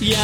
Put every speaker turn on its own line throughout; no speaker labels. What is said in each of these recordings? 屋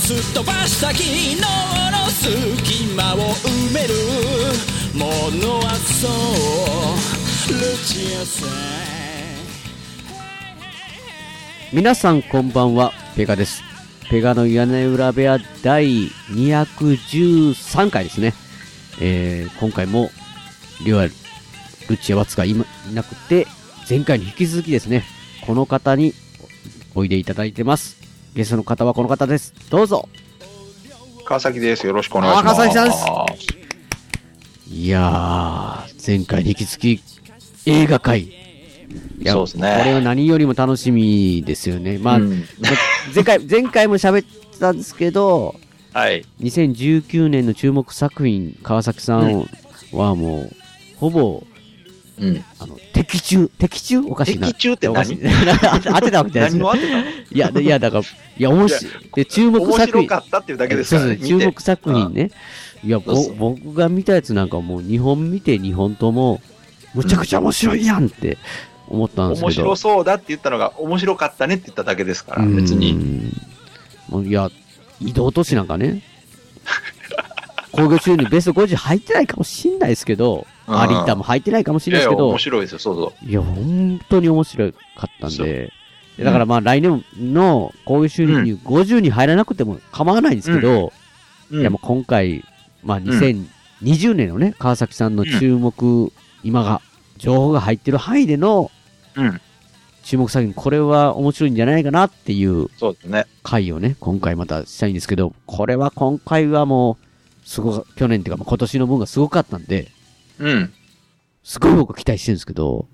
すっ飛ばした昨日の隙間を埋めるものはそうルチアさん
皆さんこんばんは、ペガです。ペガの屋根裏部屋第213回ですね。えー、今回も、リュアル、ルチアワッツがいまいなくて、前回に引き続きですね、この方においでいただいてます。ゲストの方はこの方です。どうぞ
川崎です。よろしくお願いします。
あ川崎さいやー、前回に引き続き、映画会。いや
そうですね
これは何よりも楽しみですよね。まあ、
うん
ま前回、前回も喋ったんですけど、
はい。
2019年の注目作品、川崎さんはもう、ほぼ、
うん。
あの、的中、的中おかしいな。
的中って何
おかしい当てたわけじゃないです
何を当てたの
いや、でいや、だから、いや、面白い。で、注目
面
作
白
品。
かったっていうだけですから
そう
ね。
ですね、注
見て
目作品ね。いや、ぼ
そうそう
僕が見たやつなんかもう、2本見て2本とも、むちゃくちゃ面白いやんって思ったんです
面
けど。
白そうだって言ったのが、面白かったねって言っただけですから、別に。
うん。もういや、移動都市なんかね、 興行収入ベスト50入ってないかもしんないですけど、
うん
有田も入ってないかもし
い
れな
や
い
い
ですけ
や、
ど
面、白いですよ、そうそ
いや、本当に面白かったん
そう
で、だからまあ来年の興行収入50に入らなくても構わないんですけど、
う。
いやも
も
う今回、まあ2020年のね、川崎さんの注目、今が、情報が入ってる範囲での
う、ん。
注目作品、これは面白いんじゃないかなっていう
そうですね。
回をね、今回またしたいんですけど、これは今回はもう、すごく、去年っていうかまあ今年の分がすごかったんで、
うん。
すごい僕期待してるんですけど、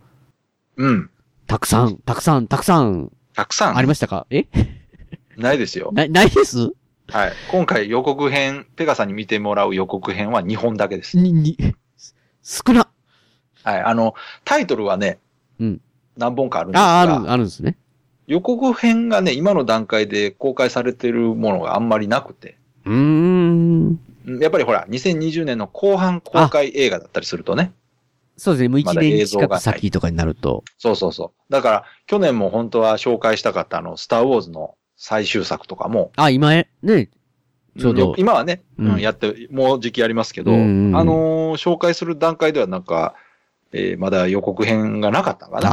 うん。
たくさん、たくさん、たくさん、
たくさん
ありましたかえ
ないですよ。
な、ないです
はい。今回予告編、ペガさんに見てもらう予告編は2本だけです。
に、に、少な。
はい。あの、タイトルはね、
うん
何本かあるんですが
あ、ある、あるんですね。
予告編がね、今の段階で公開されてるものがあんまりなくて。
うーん。
うんやっぱりほら、2020年の後半公開映画だったりするとね。
そうですね、もう
ま
1
だ
年
映像
近
が
く
ない
先とかになると。
そうそうそう。だから、去年も本当は紹介したかったあの、スターウォーズの最終作とかも、
あ、今へ、ね、ちょうど
うん今はね、うん
うん
やって、もう時期ありますけど、
う
あ
んうんうん
のー紹介する段階ではなんか、えーまだ予告編がなかったのかな。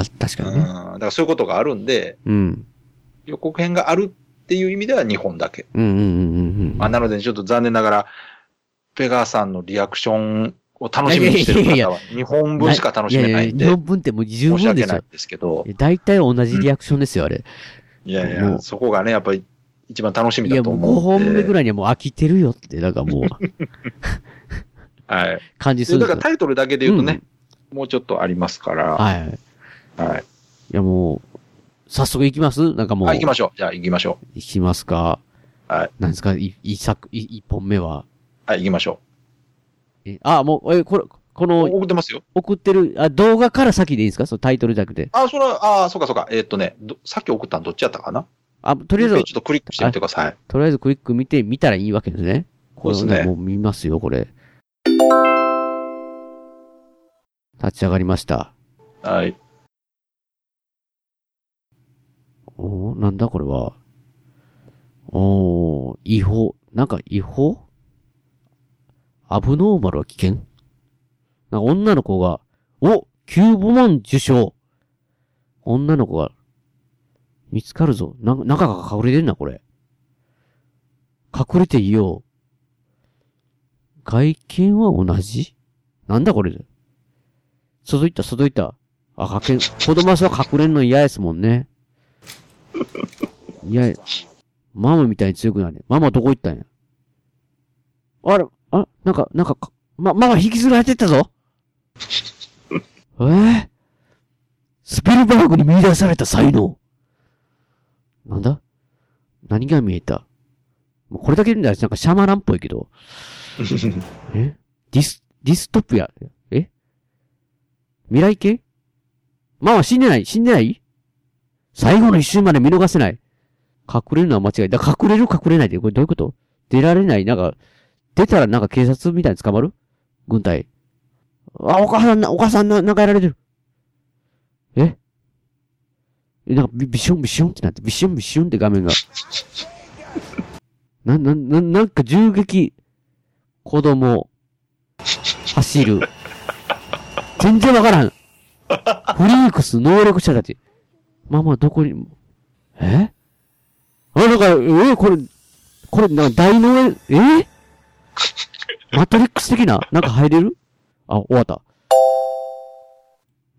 あー、確かにね。
うん、だからそういうことがあるんで、
うん。
予告編があるっていう意味では2本だけ。
うんうんうんうんうん。
まあ、なので、ちょっと残念ながら、ペガーさんのリアクションを楽しみにしてる
いやいやいや
方は、2本分しか楽しめないんで。
4分ってもう十
申し
分
訳
です
ない
よ
ん。ですけど
い、や大体同じリアクションですよ、あれ。
いやい
も
や、
う
そこがね、やっぱり一番楽しみ
い
だ
や、
と
もう5
思うんで。
本目ぐらいにはもう飽きてるよって、なんかもう、
はい。
感じする
で
ん
だ
です
か
よ
らタイトルだけで言うとね、もうちょっとありますから。は
はい。い
い。はい、
や、もう、早速行きますなんかもう、
行きましょう。じゃあ行きましょう。
行きますか。
はい。
なんですか、い一作、い一本目は。
はい、行きましょ
え、あ、もう、え、これ、こ
う。
の、
送ってますよ。
送ってる、あ、動画から先でいいんですかそのタイトルじゃなくて。
あ、それは、あ、そうかそうか。えーっとね、どさっき送ったのどっちやったかな
あ、と
と
りあえず、
ちょっとクリックしてみてください。
とりあえずクイック見て、見たらいいわけですね。これを
そうですね
もう見ますよ、これ。立ち上がりました。
はい。
おーなんだこれは。おー違法。なんか違法アブノーマルは危険なんか女の子が、おキューブマン受賞女の子が、見つかるぞ。なんか中が隠れてんな、これ。隠れていよう。外見は同じなんだこれ。外行った、外行った。あ、隠れ、子供は隠れんの嫌ですもんね。いや、ママみたいに強くなる。ママどこ行ったんや。あれ、あ、なんか、なんかか、ま、ママ引きずられてったぞ。えー、スピルバーグに見出された才能。なんだ何が見えたもうこれだけ見たらなんかシャマランっぽいけど、えディス、ディストピアえ未来系まあ死んでない死んでない最後の一瞬まで見逃せない。隠れるのは間違い。だ、隠れる隠れないって、これどういうこと出られないなんか、出たらなんか警察みたいに捕まる軍隊。あ、お母さんな、お母さんな、なんかやられてる。ええ、なんかビ、ビションビションってなって、ビションビションって画面が。 な、な、な、なんか銃撃。子供。走る。全然わからん。フリークス、能力者たち。まあまあ、どこに、えあ、なんか、えこれ、これ、なんか、大脳、えマトリックス的ななんか入れるあ、終わった。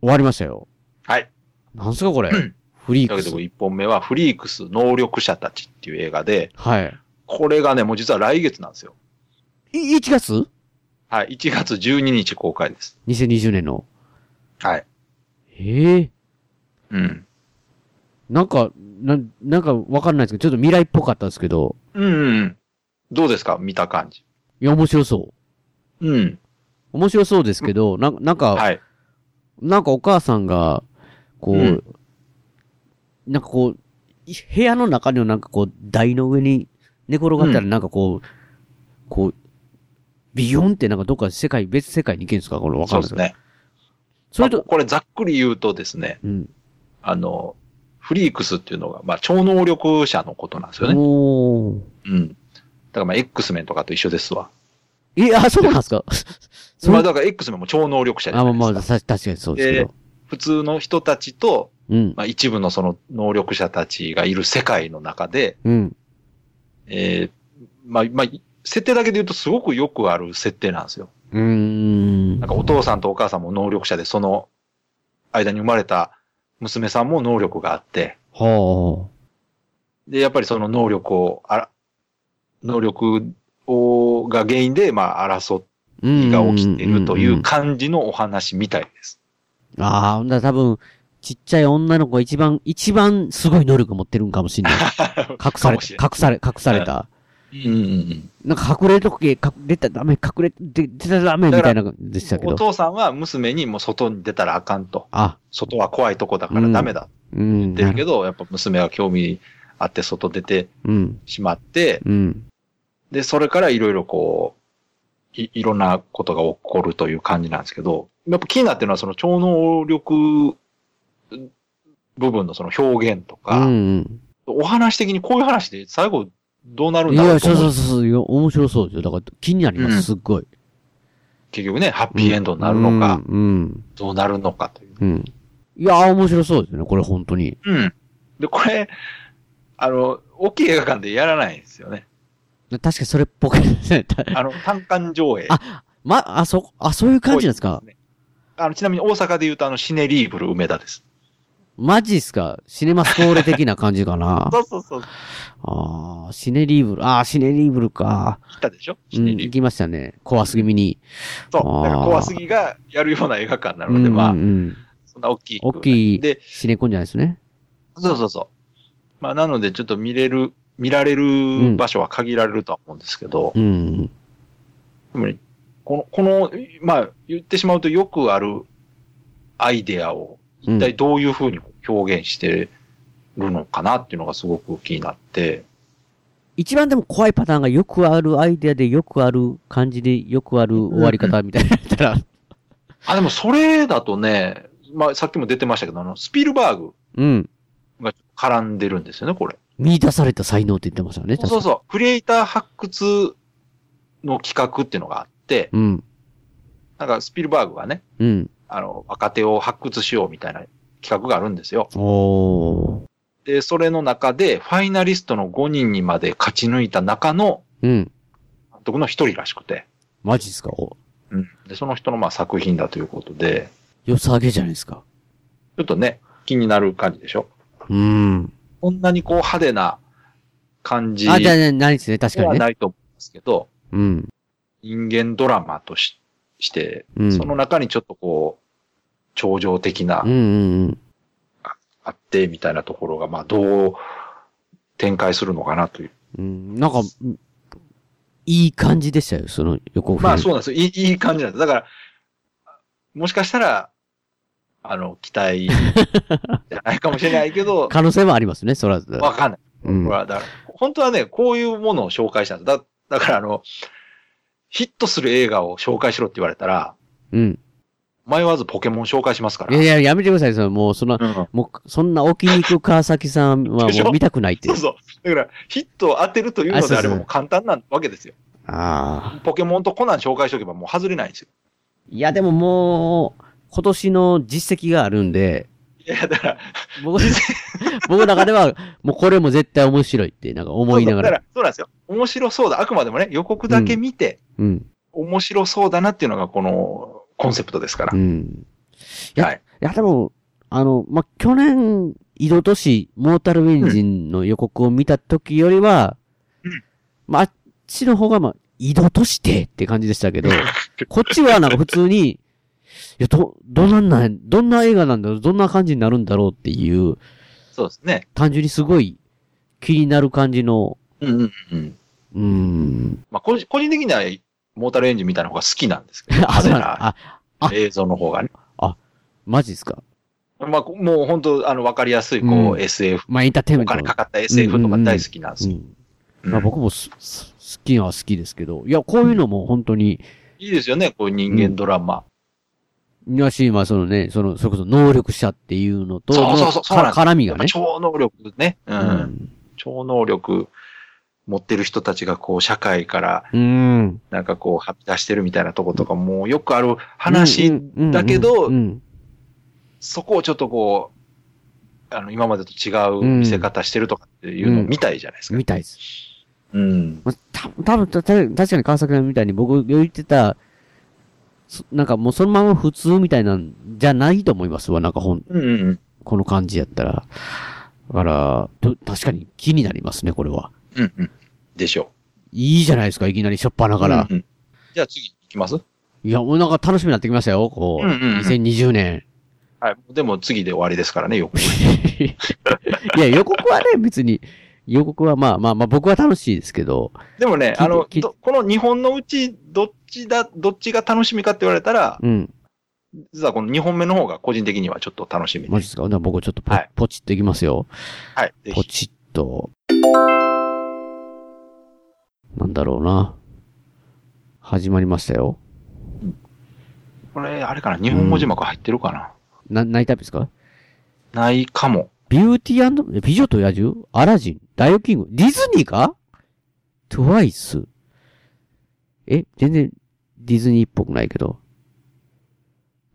終わりましたよ。
はい。
なんすか、これ。フリー
だ
ク
け
ス
ど。1本目はフリークス能力者たちっていう映画で、
はい。
これがね、もう実は来月なんですよ。
い1月
はい。1月12日公開です。
?2020 年の。
はい。
ええ
うん。
なんか、なん、なんかわかんないですけど、ちょっと未来っぽかったんですけど、
うん、うん。どうですか見た感じ。
いや、面白そう。
うん。
面白そうですけど、なんなんか、
はい。
なんかお母さんが、こう、
うん
なんかこう、い部屋の中のなんかこう、台の上に寝転がったら
うん
なんかこう、こう、ビヨンってなんかどっか世界、別世界に行けるんですかこれわか
そ
ん
う
ない
で
け
す
ど。それ
ね。まあ
と、
これざっくり言うとですね、
うん。
あの、フリークスっていうのが、まあ、超能力者のことなんですよね。
おー。
うん。だからまあ、X メンとかと一緒ですわ。
え、あ、そうなんですかそ
まあ、
う
だから X メンも超能力者じゃ
あ、
な
ま
い
あ
ですか。
まあ、さ確かにそうですけど。
普通の人たちと、
うん。
まあ、一部のその能力者たちがいる世界の中で、
うん。
えーまあ、まあ、設定だけで言うとすごくよくある設定なんですよ。
うーん
なん。かお父さんとお母さんも能力者で、その間に生まれた娘さんも能力があって、
はあ。
で、やっぱりその能力を、あら能力を、が原因で、まあ、争いが起きているとい
んんん
うん感じのお話みたいです。
ああ、ほんなら多分、ちっちゃい女の子が一番、一番すごい能力持ってるんかも しれない。隠さ
か
れた、
もしれ
隠され、隠された。
うんうん
なんか隠れとけ、隠れたらダメ、隠れ、で出たらダメみたいなのでした
う
け
ん、お
ど。
父さんは娘にもう外に出たらあかんと。
あ、
外は怖いとこだからダメだって
うん。
言ってるけ
ど。
ど、やっぱ娘は興味あって外出て
うん。
しまって、
うん。
で、それからいろいろこう、い、いろんなことが起こるという感じなんですけど、やっぱ気になってるのはその超能力うん部分のその表現と
う
か、
ん。
お話的にこういう話で最後どうなるん
い
だろ
や、
うと
そうそう
思
うそう、いや面白そうですよ。だから気になりま
うん
す、すっごい。
結局ね、ハッピーエンドになるのか、
うん。うん。
どうなるのかという。
うん。いやー、面白そうですね、これ本当に。
うん。で、これ、あの、大きい映画館でやらないんですよね。
確かにそれっぽく。
あの、単館上映。
あ ま、あ、そ、あ、そういう感じなんですか
多いあの、ちなみに大阪で言うとあの、シネリーブル梅田です。
マジっすかシネマスコーレ的な感じか な
そうそうそう。
ああ、シネリーブル。ああ、シネリーブルか。
来たでしょ
う
シ
ん、
ネリーブル
行。きましたね。怖すぎみに。
そう。だか
あ
ら
ー
怖すぎがやるような映画館な
う
の
ん、
で、
うん
ま
う
あ、
ん。
そんな大きい。
大きい
で、
シネコンじゃないですね。
そうそうそう。まあ、なので、ちょっと見れる、見られる場所は限られるとは思うんですけど、
うん。
でもねこの、この、まあ、言ってしまうとよくあるアイデアを、
うん
一体どういうふうに表現してるのかなっていうのがすごく気になって、
一番でも怖いパターンがよくあるアイデアでよくある感じでよくある終わり方みたい なやったら、
あ、でもそれだとね、まあ、さっきも出てましたけど、あの、スピルバーグ
うん。
が絡んでるんですよね、これ。
見出された才能って言ってましたよね。
そうそう
う。
そう。クリエイター発掘の企画っていうのがあって、
うん。
なんかスピルバーグがね、
うん。
あの、若手を発掘しようみたいな企画があるんですよ。
おー。
で、それの中で、ファイナリストの5人にまで勝ち抜いた中の
うん。
監督の一人らしくて、
マジっすかお
うん。で、その人のまあ作品だということで、
良さげじゃないですか。
ちょっとね、気になる感じでしょ
うん。
こんなにこう派手な感じで
あ、じゃあ、じゃあないですね。確か
は
にね。
ないと思うんですけど、
うん。
人間ドラマとしして、
うん。
その中にちょっとこう、頂上的な
うんうんうん。
あって、みたいなところが、まあ、どう展開するのかなという。
うん、なんか、いい感じでしたよ、その横振り。
まあそうなんですよ。いいいい感じなんです。だから、もしかしたら、あの、期待じゃないかもしれないけ ど、
可能性もありますね、そら。
わかんない。
うん
ほらだから本当はね、こういうものを紹介したんです。だだからあの、ヒットする映画を紹介しろって言われたら、
うん。
迷わずポケモン紹介しますから。
いやいや、やめてください、その、もう、その、
うん
もう、そんな置きに行く川崎さんは
でし
もう
ょ
見たくないって
そう。そう。だから、ヒットを当てるという
あ
の
そうそ
で
う
あればもう簡単なわけですよ。
ああ。
ポケモンとコナン紹介しておけばもう外れないんですよ。
いや、でももう、今年の実績があるんで、
いや、だから、
僕、僕の中では、もうこれも絶対面白いって、なんか思いながら。
そうそうだから、そうなんですよ。面白そうだ。あくまでもね、予告だけ見て、
うん。
面白そうだなっていうのがこのコンセプトですか
う。
ら
ん。いや、
はい
い、やでも、あの、ま、去年、移動都市、モータルウィンジンの予告を見た時よりは、
うん
まあ、あっちの方が、まあ、移動都市でって感じでしたけど、こっちはなんか普通に、いや、ど、どんなんなん、どんな映画なんだろう、どんな感じになるんだろうっていう、
そうですね。
単純にすごい気になる感じの、
うんうんうん。
うーん。
まあ、個人個人的には、モータルエンジンみたいな方が好きなんですけど、
あ、
派
そう
手
なんだ
な
あ、あ
映像の方がね。
マジですか。
まあ、こもう本当、あの、わかりやすい、こう、
うん
SF、
まあ、エンターテインメ
お
ント
金
の。
かかった SF とか大好きなんです
う
よ。
ん。
うん
まあ、僕もすす好きは好きですけど、いや、こういうのも本当に、
いいですよね、こういう人間ドラマ。
やし、まあ、そのね、その、それこそ能力者っていうのと、
そうそうそう
の
そうなん
か
です
絡みが
やっぱ
ね。
超能力ね。う。
うんん。
超能力持ってる人たちが、こう、社会から、
うん。
なんかこう、はみ出してるみたいなとことか、もうよくある話だけど、
うんうん
そこをちょっとこう、あの、今までと違う見せ方してるとかっていうのを見たいじゃないです
うん
か。
みたいです。
うん。
まあ、た多分たた確かに川崎さんみたいに僕が言ってた、そなんかもうそのまま普通みたいなんじゃないと思いますわ。なんかほん、
うんうん
この感じやったら。だから、と確かに気になりますね、これは。
うん。うん。でしょ
いいじゃないですか、いきなりしょっぱな
う。
から。
うんうんじゃあ次行きます
いや、もうなんか楽しみになってきましたよ、こう。
うんうんうん
2020年。
はい。でも次で終わりですからね、よく。
いや、予告はね、別に、予告はまあまあまあ僕は楽しいですけど、
でもね、
聞いて
あの、
聞いて
どこの日本のうち、どっちだ、どっちが楽しみかって言われたら、
うん。
実はこの2本目の方が個人的にはちょっと楽しみで
マジですかほんなら僕ちょっとポ,、
はい
ポチッといきますよ。
はい。ぜ
ポ
ひ。
チッと。なんだろうな。始まりましたよ。
これ、あれかな日本語字幕入ってるかな、
な、何タイプですか
ないかも。
ビューティーえ美女と野獣アラジンダイオキングディズニーかトゥワイスえ全然ディズニーっぽくないけど。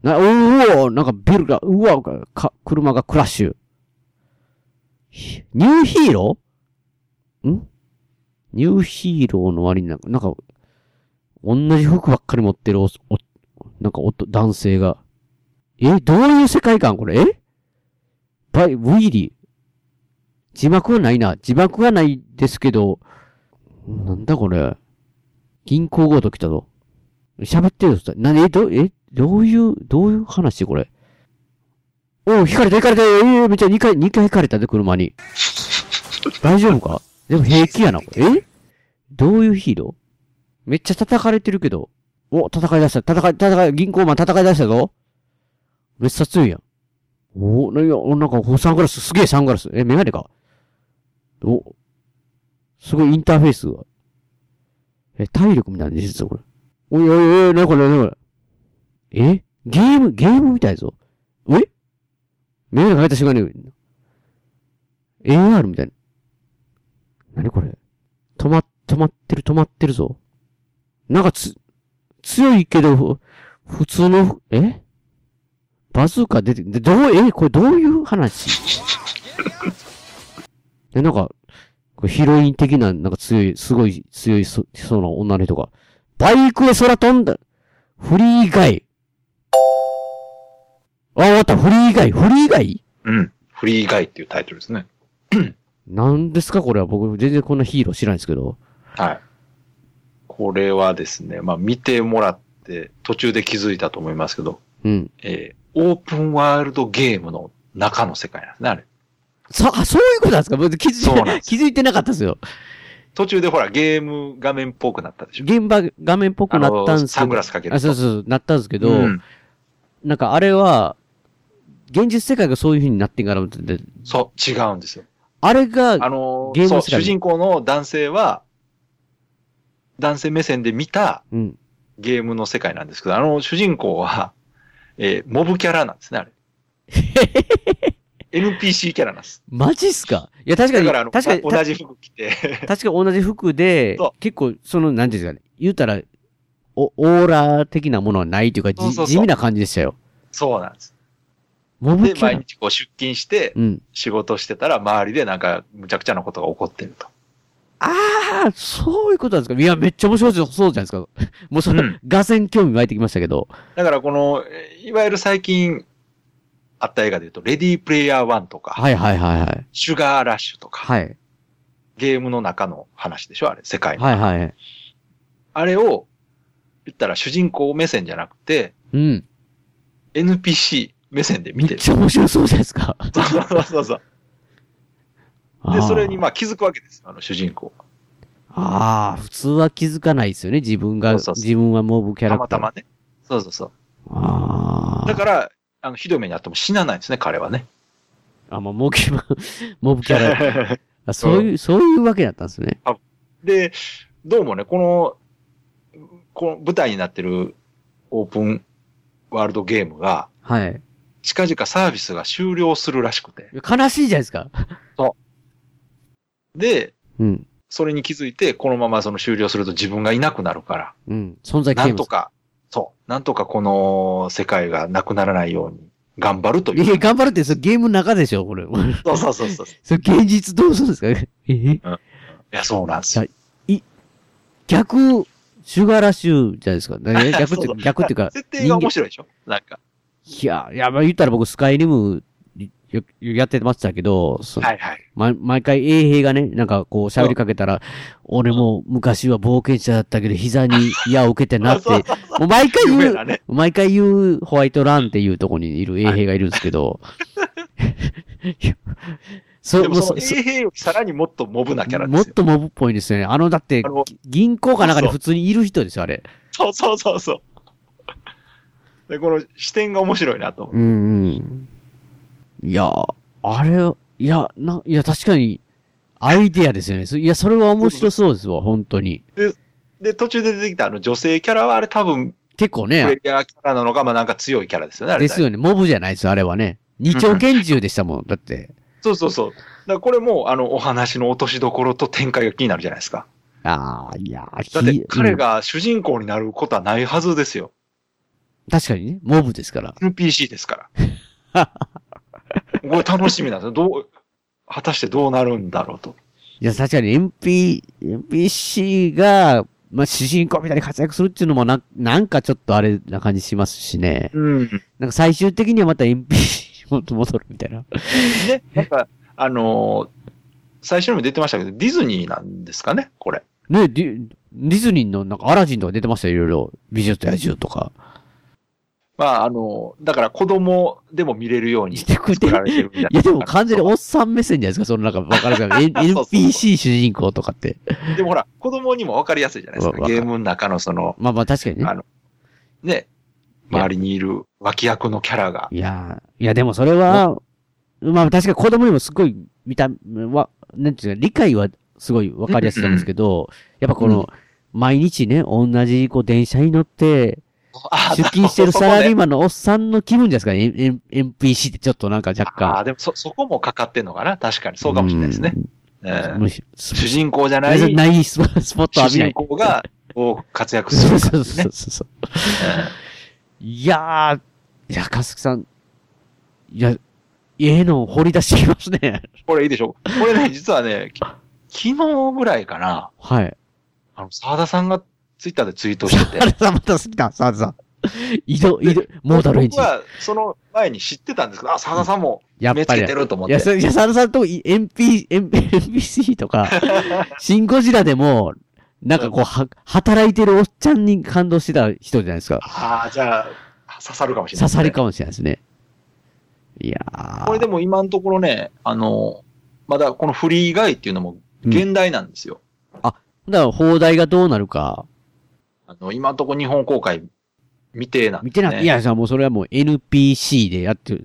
な、うおーなんかビルが、うわか、車がクラッシュ。ひニューヒーローんニューヒーローの割になんか、なんか、同じ服ばっかり持ってるお、お、なんかおと、男性が。えどういう世界観これえバイ、ウィリー。字幕はないな。字幕はないですけど、なんだこれ。銀行強盗来たぞ。喋ってるぞ。なに、え、ど、え、どういう、どういう話これ。おう、引かれた、引かれた、ええめっちゃ2回、二回引かれたで、車に。大丈夫かでも平気やな、これ。えどういうヒーローめっちゃ叩かれてるけど。お、戦い出した、戦い、戦い、銀行マン戦い出したぞ。めっちゃ強いやん。お、ないや、おなんか、おサングラス、すげえサングラス。え、メガネか。お、すごいインターフェースが。え、体力みたいな実はこれ。おいおいおい、なにこれ、なにこれ。えゲーム、ゲームみたいぞ。えメガネかけた瞬間に、AR みたいな。なにこれ。止ま、止まってる、止まってるぞ。なんかつ、強いけど、ふ普通の、えバズーカ出て、で、どう、え、これどういう話 で、なんか、これヒロイン的な、なんか強い、すごい強いそそうな女の人が、バイクへ空飛んだフリー以外あ、終わった、フリー以外フリー以外
うん。フリーガイっていうタイトルですね。
なんですかこれは僕、全然こんなヒーロー知らないんですけど。
はい。これはですね、まあ見てもらって、途中で気づいたと思いますけど、
うん。
えーオープンワールドゲームの中の世界なんですね、あれ。
そ、あ、そういうことなんですか僕気づい
そうなん
て、
です
気づいてなかったですよ。
途中でほら、ゲーム画面っぽくなったでしょ。
現場画面っぽくなったんですけど。
サングラスかけると
あ、そうそう、なったんですけど、
うん
なんかあれは、現実世界がそういう風になってんから思ってて、
そう、違うんですよ。
あれが、
あの
ゲー
ー、
ム
そう、
世界
主人公の男性は、男性目線で見た
うん。
ゲームの世界なんですけど、あの、主人公は、えーモブキャラなんですね、 あれ。NPC キャラなんです。
マジっすかいや、確か
だ
に、
から、あの、
確かに、
同じ服着て、
確かに同じ服で
そ、
結構、その、なんていうんですかね、言うたら、お、オーラ的なものはないというか、じ
そうそうそう
地味な感じでしたよ。
そうなんです。
モブ
で、
キャ
毎
ラ
日こう出勤して、
うん。
仕事してたら、周りでなんか、むちゃくちゃなことが起こってると。
ああ、そういうことなんですかいや、めっちゃ面白そうそうじゃないですか。 もうそれ、
うん
がぜん興味湧いてきましたけど。
だから、この、えーいわゆる最近、あった映画で言うと、レディープレイヤー1とか、
はいはいはいはい。
シュガーラッシュとか、
はい。
ゲームの中の話でしょあれ、世界の。
はいはい。
あれを、言ったら主人公目線じゃなくて、
うん。
NPC 目線で
め
見
って
る。
ちゃ面白そうじゃないですか。
そうそうそうそう。
あ
で、
ー
それにまあ気づくわけですよ、あの主人公が。
ああ、普通は気づかないですよね。自分が、
そうそうそう
自分はモブキャラ
た
ク
ま
ター。
たまね。そうそうそう。
ああ。
だから、あの、ひどい目にあっても死なないんですね、彼はね。
あ、もう、モブキャラ、 モブキャラ。 あそういう、そういうわけだったんですね。
で、どうもね、この、この舞台になってるオープンワールドゲームが、
はい。
近々サービスが終了するらしくて。
悲しいじゃないですか。
で、
うん。
それに気づいて、このままその終了すると自分がいなくなるから、
うん。存在
な
消え
ん
ま
と
す。
か、そう、なんとかこの世界がなくならないように頑張るとい。
いうや、頑張るって、それゲームの中でしょ、これ。
そうそうそうそう。い
それ現実どうするんですか え
や、そうなんですよ。
逆、シュガーラッシュじゃない ですか。ね逆っ
そう
て
そう、
逆っていうか、
設定が面
人
白いでしょなんか。
間いや、いや、まあ言ったら僕、スカイリム、よやってましたけど、そ
はいはい。
ま、毎回衛兵がね、なんかこう喋りかけたら、俺も昔は冒険者だったけど、膝に矢を受けてなって、
そ
も
うそう
う毎回言
夢
う
だ、ね。
毎回言うホワイトランっていうとこにいる衛兵がいるんですけど、いやそ
で
う、
も
もう
その
そそ
衛兵よりさらにもっとモブなキャラで
もっ
すよ。
とモブっぽいんですよね。あの、だって
あ、の
銀行かなんかに普通にいる人ですよ、あれ。
そうそうそうそう。で、この視点が面白いなと思う。
うんうん。いや、あれ、いや、な、いや、確かに、アイデアですよね。そいや、それは面白そうですわ、本当に。
で、途中で出てきたあの女性キャラはあれ多分、
結構
プ
ね、
レイヤーキャラなのか、まあなんか強いキャラですよね、あれ。
ですよね。モブじゃないですよ、あれはね。二丁拳銃でしたも ん、だって。
そうそうそう。だからこれも、あの、お話の落としどころと展開が気になるじゃないですか。
ああ、いやー、
だって
ひ、
彼、
うん
が主人公になることはないはずですよ。
確かにね、モブですから。
NPC です から。これ楽しみなんですよ。どう、果たしてどうなるんだろうと。
いや、確かに MP、NPC が、まあ、主人公みたいに活躍するっていうのもな、なんかちょっとあれな感じしますしね。
うん。
なんか最終的にはまた NPC に戻るみたいな。
ね、なんか、あのー最初にも出てましたけど、ディズニーなんですかね、これ。
ね、ディディズニーのなんかアラジンとか出てましたよ、いろいろ。美女と野獣とか。
まあ、あのーだから子供でも見れるように
してくれ
作られてるみたいな。
いや、でも完全におっさん目線じゃないですか、そのなんかわかるか N-
そうそう
NPC 主人公とかって。
でもほら、子供にも分かりやすいじゃないです
わ
か。
わか
ゲ
る
ームの中のその、
まあまあ確かにね
あ。の、ね、
いや
周りにいる脇役のキャラが。
いやー、いやでもそれは、まあ確かに子供にもすごい見た、わ、なんていうか、理解はすごいわかりやすいと思うんですけど、やっぱこの、毎日ね、同じこう電車に乗って、
あ
出勤してるサラリー
マ
マンのおっさんの気分じゃないですかね、N- N- NPC ってちょっとなんか若
ああ
干。
ー、でもそ、そこもかかってんのかな確かに。そうかもしれないですね。うん
むしす
主人公じゃない、
ない
主
ないスポスポット浴びな
人
い。
公が、こう、活躍す
そう
る
そ
感
う
じ
そ
ね
う。そう。いやー、いや、かすきさん、いや、ええの掘り出してきますね。
うんこれいいでしょこれね、実はね、き昨日ぐらいかな、
はい。
あの、沢田さんがツイッターでツイートして て
あ、れさんまた好きだ、サーズさん。移動、移動、モータルエンジ
僕
ン。
はその前に知ってたんですけど、あ、沢田さんも
やっ
目つ
ぱり。
け
い
てると思っ
や、
て。
そいや、サーズさんとい MP、NPC と か、シンゴジラでも、なんかこう、は、働いてるおっちゃんに感動してた人じゃないですか。
ああ、じゃあ、刺さるかもしれない、
刺さり。かもしれないですね。いやー。
これでも今のところね、あの、まだこのフリー以外っていうのも現代なんですよ。
あ、だから、放題がどうなるか、
あの、今んとこ日本公開、未定なん
見
で
て
すね。
な、いや、じゃあもうそれはもう NPC でやって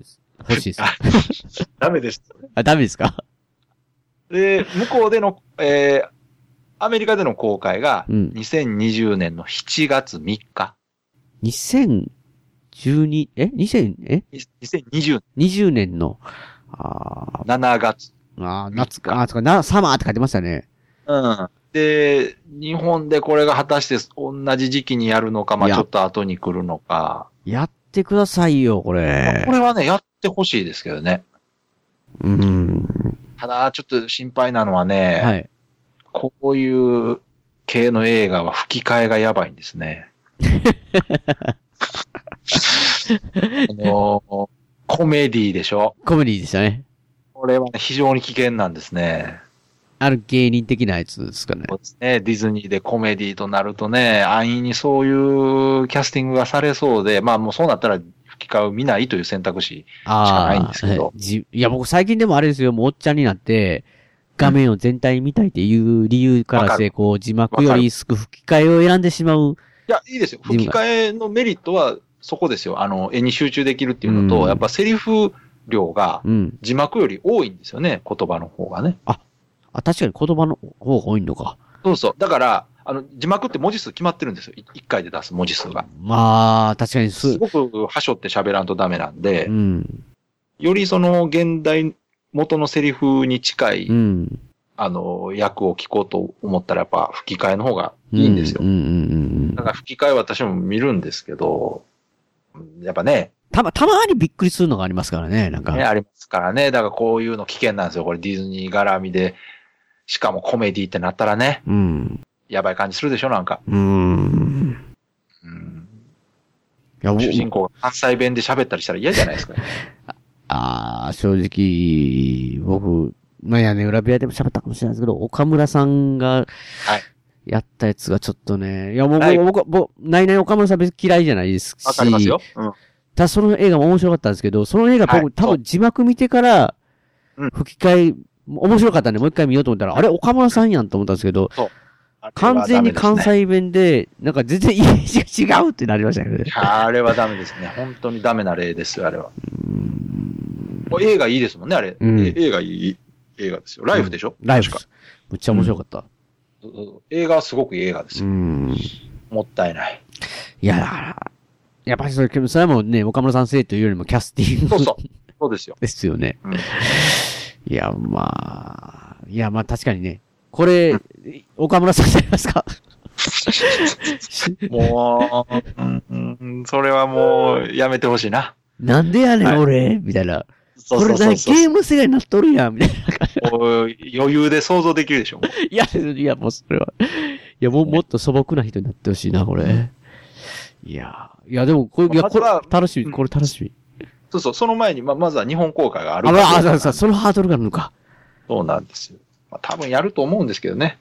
ほしい です。
あダメです。
あ、ダメですか
で、向こうでの、えー、アメリカでの公開が、
うん
2020年の7月3日。
?2012、え ?2000、え
2020
?20 年の、あー
7月。
あー、夏か、あー、つか、な、サマーって書いてましたね。
うん。で、日本でこれが果たして同じ時期にやるのか、まあ
いや
ちょっと後に来るのか。
やってくださいよ、これ
こ。れはね、やってほしいですけどね。
うん。
ただ、ちょっと心配なのはね、
はい。
こういう系の映画は吹き替えがやばいんですね。 あのコメディでしょ
コメディでしたね。
これはね非常に危険なんですね。
ある芸人的なやつですかね。
そうですね。ディズニーでコメディとなるとね、安易にそういうキャスティングがされそうで、まあもうそうなったら吹き替えを見ないという選択肢。
ああ
しかないんですけど
はいじいや、僕最近でもあれですよ、もうおっちゃんになって、画面を全体見たいっていう理由か
わ
ら
か
して、
る
こう、字幕よりすく吹き替えを選んでしまう。
いや、いいですよ。吹き替えのメリットはそこですよ。あの、絵に集中できるっていうのと、
うん
やっぱセリフ量が
うん。
字幕より多いんですよね。言葉の方がね。
あ、確かに言葉の方が多いのか。
そうそう。だから、あの、字幕って文字数決まってるんですよ。い一回で出す文字数が。
まあ、確かに
す
す、
ごく、はしょって喋らんとダメなんで、
うん。
よりその現代元のセリフに近い、
うん。
あの、役を聞こうと思ったらやっぱ吹き替えの方がいいんですよ。
うんうんうんうん
だ。から吹き替えは私も見るんですけど、やっぱね、
たま、たまにびっくりするのがありますからね、なんか。
ねありますからね。だからこういうの危険なんですよ。これディズニー絡みで、しかもコメディってなったらね、
うん。
やばい感じするでしょ、なんか。
うん。
うん、
いや、僕
主人公が関西弁で喋ったりしたら嫌じゃないで すか。
ああ、正直、僕、まあ、屋根裏部屋でも喋ったかもしれないですけど、岡村さんが、
はい
やったやつがちょっとね、いや、僕、
はい
僕、僕、ないない岡村さん別に嫌いじゃないですし、
わかりますよ。うん。
ただその映画も面白かったんですけど、その映画僕、
はい
多
そ
分字幕見てから
うん、
吹き替え、面白かったんで、もう一回見ようと思ったら、あれ、岡村さんやんと思ったんですけど、完全に関西弁で、なんか全然イメージが違うってなりましたけどね。
あれはダメですね。本当にダメな例ですよ、あれは。映画いいですもんね、あれ。
うん
え映画いい映画ですよ。ライフでしょ、
ライブで
確
す。むっちゃ面白かった。
そうそう映画はすごくいい映画です
う
よ。
ん。
もったいない。
いや、だから、やっぱりそれ、それはもうね、岡村さん生というよりもキャスティング
そ うそう。そうですよ。
ですよね。
うん
いや、まあ、いや、まあ確かにね、これ、岡村さんになりますか
もう、うんうんそれはもう、やめてほしいな。
なんでやねん、
はい
俺、みたいな。
そ
これな
うそ
ゲ
うそう
ーム世界になっとるやん、みたいな。
こう余裕で想像できるでしょ。
いや、いや、もうそれは。いや、もうもっと素朴な人になってほしいな、これ。いや、いや、でも、これ、いや、
まあ
これ
まずは、
楽し
う
み、
ん
これ楽しみ。
そうそう。その前に、ま、まずは日本公開がある
あ、
かどう
まあ、
か
そうそう、そのハードルがあるのか。
そうなんですよ。まあ、多分やると思うんですけどね。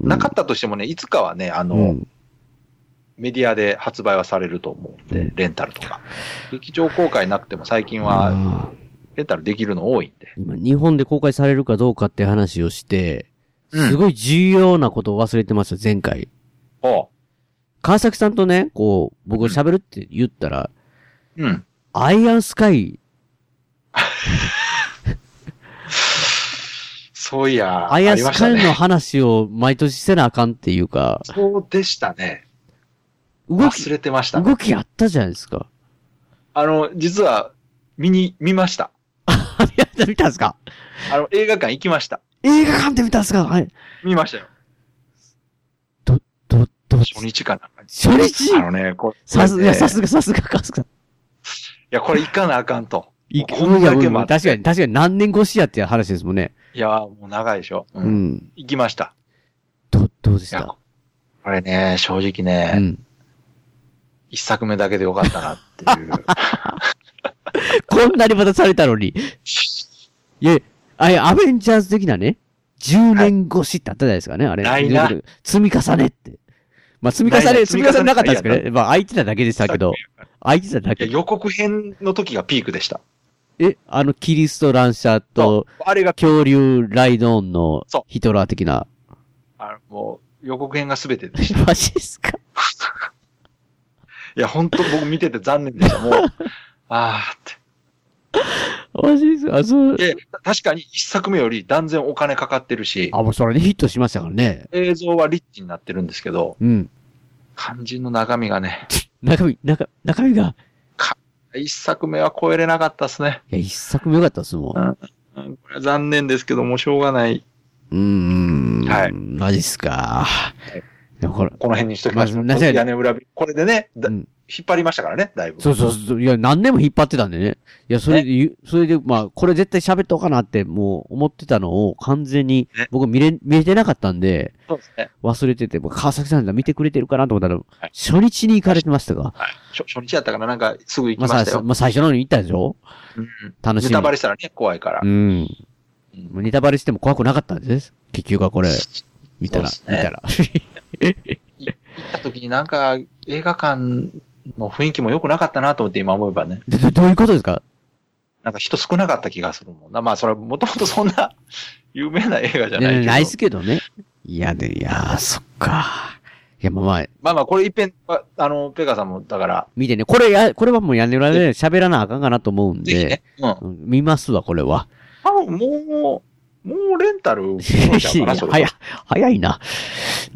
なかったとしてもね、いつかはね、あの、
うん。
メディアで発売はされると思うんで、レンタルとか。劇場公開なくても最近は
あー
レンタルできるの多いんで。
今、日本で公開されるかどうかって話をして、
うん
すごい重要なことを忘れてました、前回。
おう。
川崎さんとね、こう、僕喋るって言ったら、
うん。
アイアンスカイ、
そういや、
ア
あ
イアン
り
ス
まし
カ
た
イの
ね。
話を毎年せなあかんっていうか、
そうでしたね。
動
忘
き、
れてました。
動きあったじゃないです か。
あの、実は、見に、見ました。
あ、やった、見たんすか
あの、映画館行きました。
映画館で見たんすかはい。
見ましたよ。
ど、ど、
初日かな。
初日
あのね、これ。
さす、いや、さ
い
すが、さすが、川崎さん。
や、これ行かなあかんと。
い
こんだけ待って
確かに、確かに何年越しやっていう話ですもんね。
いや、もう長いでしょ。う。
うんん。
行きました。
ど、どうでし
いや、
た
これね、正直ね、
うん。
一作目だけでよかったなって いう。
こんなにまたされたのに。いや、あいや、アベンジャーズ的なね、10年越しってあったじゃないですかね、あれ。
ないな
16積み重ねって。まあ、積み重
ないな
ね、
い
積み重ねなかったですけどね。まあ、空いてただけでしたけど。空いてただ
いや
け。
予告編の時がピークでした。
え、あの、キリスト・ランシャー
そ
と
う、あれが、
恐竜・ライドオンの
そう
ヒトラー的な。
あのもう予告編が全てでした。
マジっすか
いや、本当僕見てて残念でした。もう、あーっ
マジっすかあ、そう。
て。で、確かに一作目より断然お金かかってるし、
あ、もうそれでヒットしましたからね。
映像はリッチになってるんですけど、
うん。
肝心の中身がね、
中身、中、中身が、
一作目は超えれなかったですね。
いや、一作目良かったっすもん。
うんこれは残念ですけど、もうしょうがない。
うーん。
はい
マジっすか。いや、ほら。
この辺にしときましょう。
まあなぜ
屋根裏部これでね、だ
うん
引っ張りましたからね、だいぶ。
そうそうそう。いや、何年も引っ張ってたんでね。いや、それで言う、それで、まあ、これ絶対喋っとかなって、もう思ってたのを完全に
ね、
僕見れ、見れてなかったんで、
そうですね。
忘れてて、もう川崎さんが見てくれてるかなと思ったら、
い
初日に行かれてましたが。
はい、初初日やったからなんかすぐ行き
ま
ま
あ、
した
さ
よ。
まあ、最初の方に行ったでしょ
うん
楽しみ
ネタバレしたらね、怖いから。
うん。
うん
もうネタバレしても怖くなかったんです。結局はこれ、見たら、
そうですね
見たら。
行った時になんか映画館の雰囲気も良くなかったなと思って今思えばね、
どどどういうことですか
なんか人少なかった気がするもんな。まあそれはもともとそんな 有名な映画じゃないけ
ね
ど。
ないっすけどね。いやで、いやー、そっか。いや、まあまあ、
まあまあこれ一遍、ああの、ペガさんもだから、
見てね。これや、これはもうやねらで喋らなあかんかなと思うん
ぜひね
で、、
うん。
うん見ますわ、これは。
多分もう、もうレンタルしちゃうかな、そ れ
早い、早いな。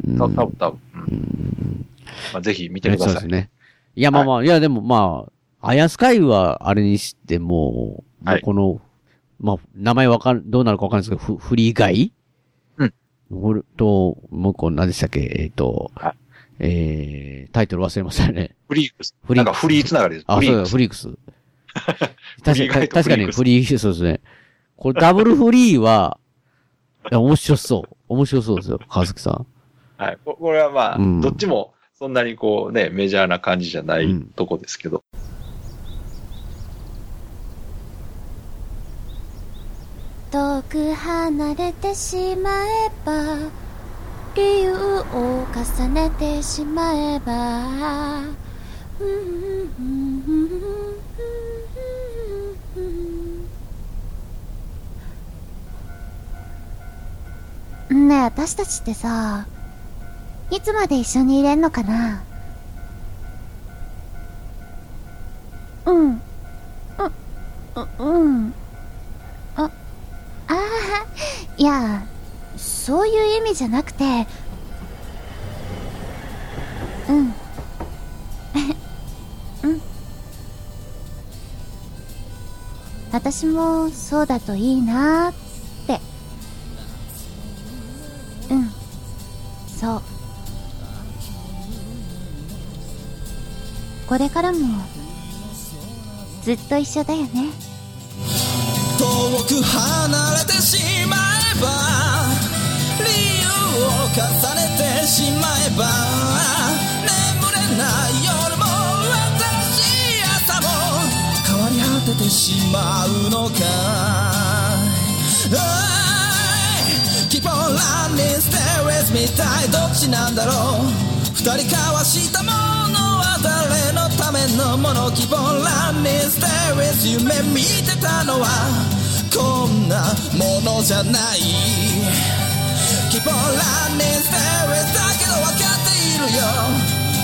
うん
多分、多分、多分。うんまあ、ぜひ見てくだ
そう
さ
で
い。
すね。いや、まあまあ、い、や、でもまあ、アヤスカイはあれにしても、も
は
う
い
この、まあ、名前わかん、どうなるかわかんないですけど、フフリーガイ
うん。
これと、もう一個何でしたっけえっ、と
はい、
えー、タイトル忘れましたね。
フリークス。
フリ
な
ー
ん
クス
かフリーつながりです。
あ、
フリ
そう
ー
だ、
クス。
フリークス。 確か
フリーガイ
に、
と
確かにフ
フ
リークスそうですね。これダブルフリーは、いや面白そう。面白そうですよ、川崎さん。
はい。ここれはまあ、
うん
どっちもそんなにこうね、メジャーな感じじゃな
う
い
ん
とこですけど。
遠く離れてしまえば理由を重ねてしまえばねえ私たちってさいつまで一緒にいれんのかなうんうううんああいやそういう意味じゃなくてうん うん私もそうだといいなーってうんそうこれからもずっと一緒だよね
遠く離れてしまえば理由を重ねてしまえば眠れない夜も私朝も変わり果ててしまうのかい Keep on running, stay with me たいどっちなんだろう二人交わしたものは誰のためのもの希望 running, stay with you 夢見てたのはこんなものじゃない Keep on running, stay with だけど分かっているよ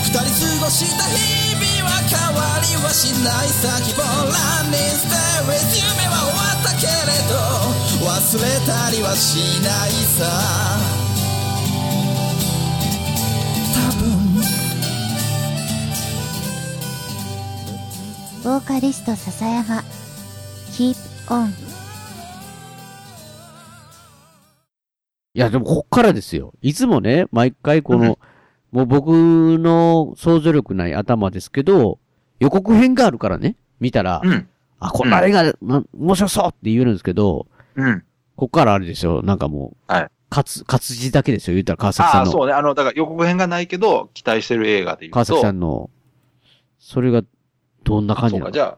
二人過ごした日々は変わりはしないさ Keep on running, stay with 夢は終わったけれど忘れたりはしないさ多分
ボーカリスト笹山 Keep on
いや、でもこっからですよ。いつもね、毎回この、もう僕の想像力ない頭ですけど、予告編があるからね、見たら、
うん。
あ、こんな映画、な面白そうって言えるんですけど、
うん。
こっからあれですよ、なんかもう、
はい
活、活字だけですよ、言ったら川崎
あ
さ
あ、
んの。
そうね。あの、だから予告編がないけど、期待してる映画で言うと。
川崎さんの、それが、どんな感じ
そう
なの
か、
い
じゃあ、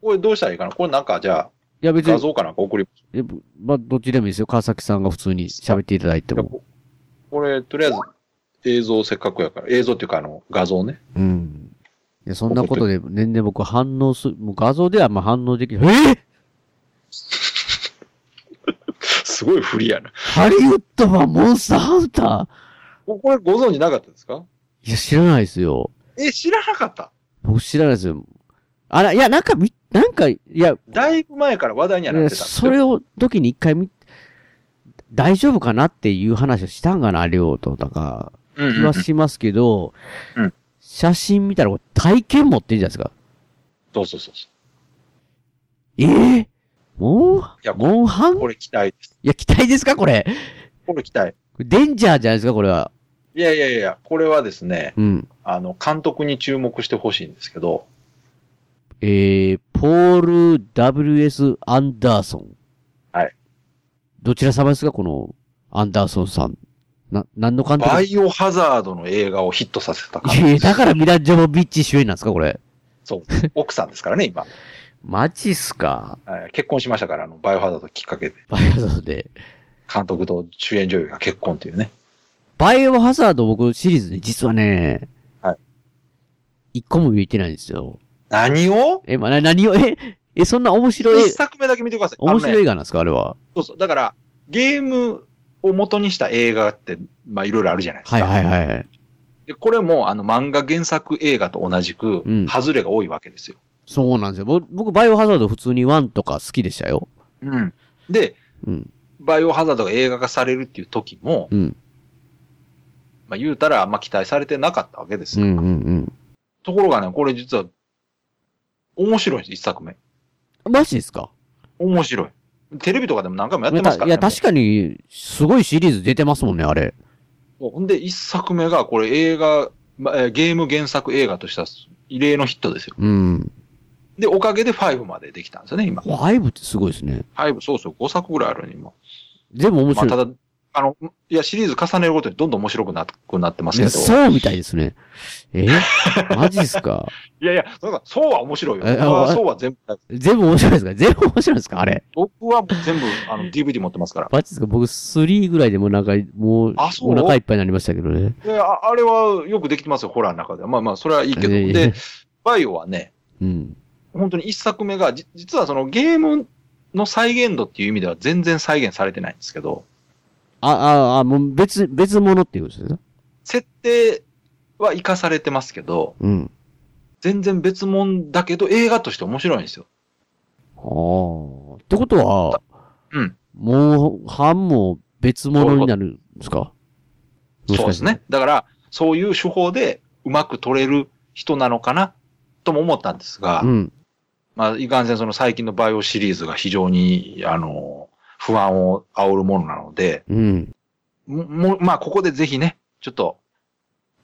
これどうしたらいいかなこれなんか、じゃあ、
や、別
画
に、
像かなんか送ります
えまあ、どっちでもいいですよ。川崎さんが普通に喋っていただいて
いや
も。
ここれ、とりあえず、映像せっかくやから、映像っていうか、あの、画像ね。
うん。いや、そんなことで、年々僕反応する、もう画像ではまあ反応できない。えー
すごい振りやな。
ハリウッドはモンスターハンタ
ここれご存知なかったですか
いや、知らないですよ。
え、知らなかった
僕知らないですよ。あら、いや、なんかみ、なんか、いや、
だいぶ前から話題にはなってたんです
そ
よ。
れを時に一回見、大丈夫かなっていう話をしたんかな、りょうと、なんか、
うん
気はしますけど、
うん
写真見たらこれ体験持ってんじゃないですか。
そうそうそうそ
ええもう
や
モンハン
う。これ期待です。
いや、期待ですかこれ。
これ期待。
デンジャーじゃないですかこれは。
いやいやいや、これはですね、
うん。
あの、監督に注目してほしいんですけど、
えー、ポール・ W.S. アンダーソン。
はい。
どちら様ですかこの、アンダーソンさん。な、何の監督
バイオハザードの映画をヒットさせたか
いやいやだからミラ・ジョボビッチ主演なんですかこれ。
そう。奥さんですからね、今。
マジっすか
はい結婚しましたから、あの、バイオハザードきっかけで、
バイオハザードで。
監督と主演女優が結婚っていうね。
バイオハザード僕シリーズね、実はね、
はい
一個も見れてないんですよ。
何を
え、ま、な、何を、え、え、そんな面白
一
い、
作目だけ見てください。
面
あの
白い
ね
映画なんですかあれは。
そうそう。だから、ゲームを元にした映画って、まあ、いろいろあるじゃないですか。
はいはいはい。
で、これも、あの、漫画原作映画と同じく
うん、
外れが多いわけですよ。
そうなんですよ。僕、僕バイオハザード普通に1とか好きでしたよ。
うん。で、
うん。
バイオハザードが映画化されるっていう時も、
うん。
まあ、言うたら、あんま期待されてなかったわけです
うんう
よ。
んうん。
ところがね、これ実は、面白いんです、一作目。
マジですか
面白い。テレビとかでも何回もやってますから、
い
ね。
や、確かに、すごいシリーズ出てますもんね、あれ。
もうほんで、一作目が、これ映画、まえーゲーム原作映画とした異例のヒットですよ。
うん。
で、おかげで5までできたんですよね、今。
5ってすごいですね。
5、そうそう、5作ぐらいあるね、今。
全部面
ま
白
あ、
い。
ただ、あの、いや、シリーズ重ねるごとにどんどん面白くなくなってます
い
け
や
ど。
そうみたいですね。えマジですか
いやいや、なんか、そうは面白いよ。
え
僕は
あ
そうは全部、
全部面白いですか全部面白いですかあれ。
僕は全部、あの、DVD 持ってますから。
マジですか僕3ぐらいでもうなんか、もう、
あそう
お腹いっぱいになりましたけどね。
いやああれはよくできてますよ、ホラーの中では。まあまあ、それはいいけど。
いやいや
で、バイオはね、
うん。
本当に一作目が、じ実はそのゲームの再現度っていう意味では全然再現されてないんですけど、
あ、あ、あ、もう別、別物っていうことですね。
設定は活かされてますけど、
うん。
全然別物だけど映画として面白いんですよ。
ああ。ってことは、
うん。
もう、半も別物になるんですか
そうです。ね。だから、そういう手法でうまく撮れる人なのかなとも思ったんです
もしかし
が、
てうん。
まあ、いかんせんその最近のバイオシリーズが非常に、あの、不安を煽るものなので、
うん。
ももう、まあ、ここでぜひね、ちょっと、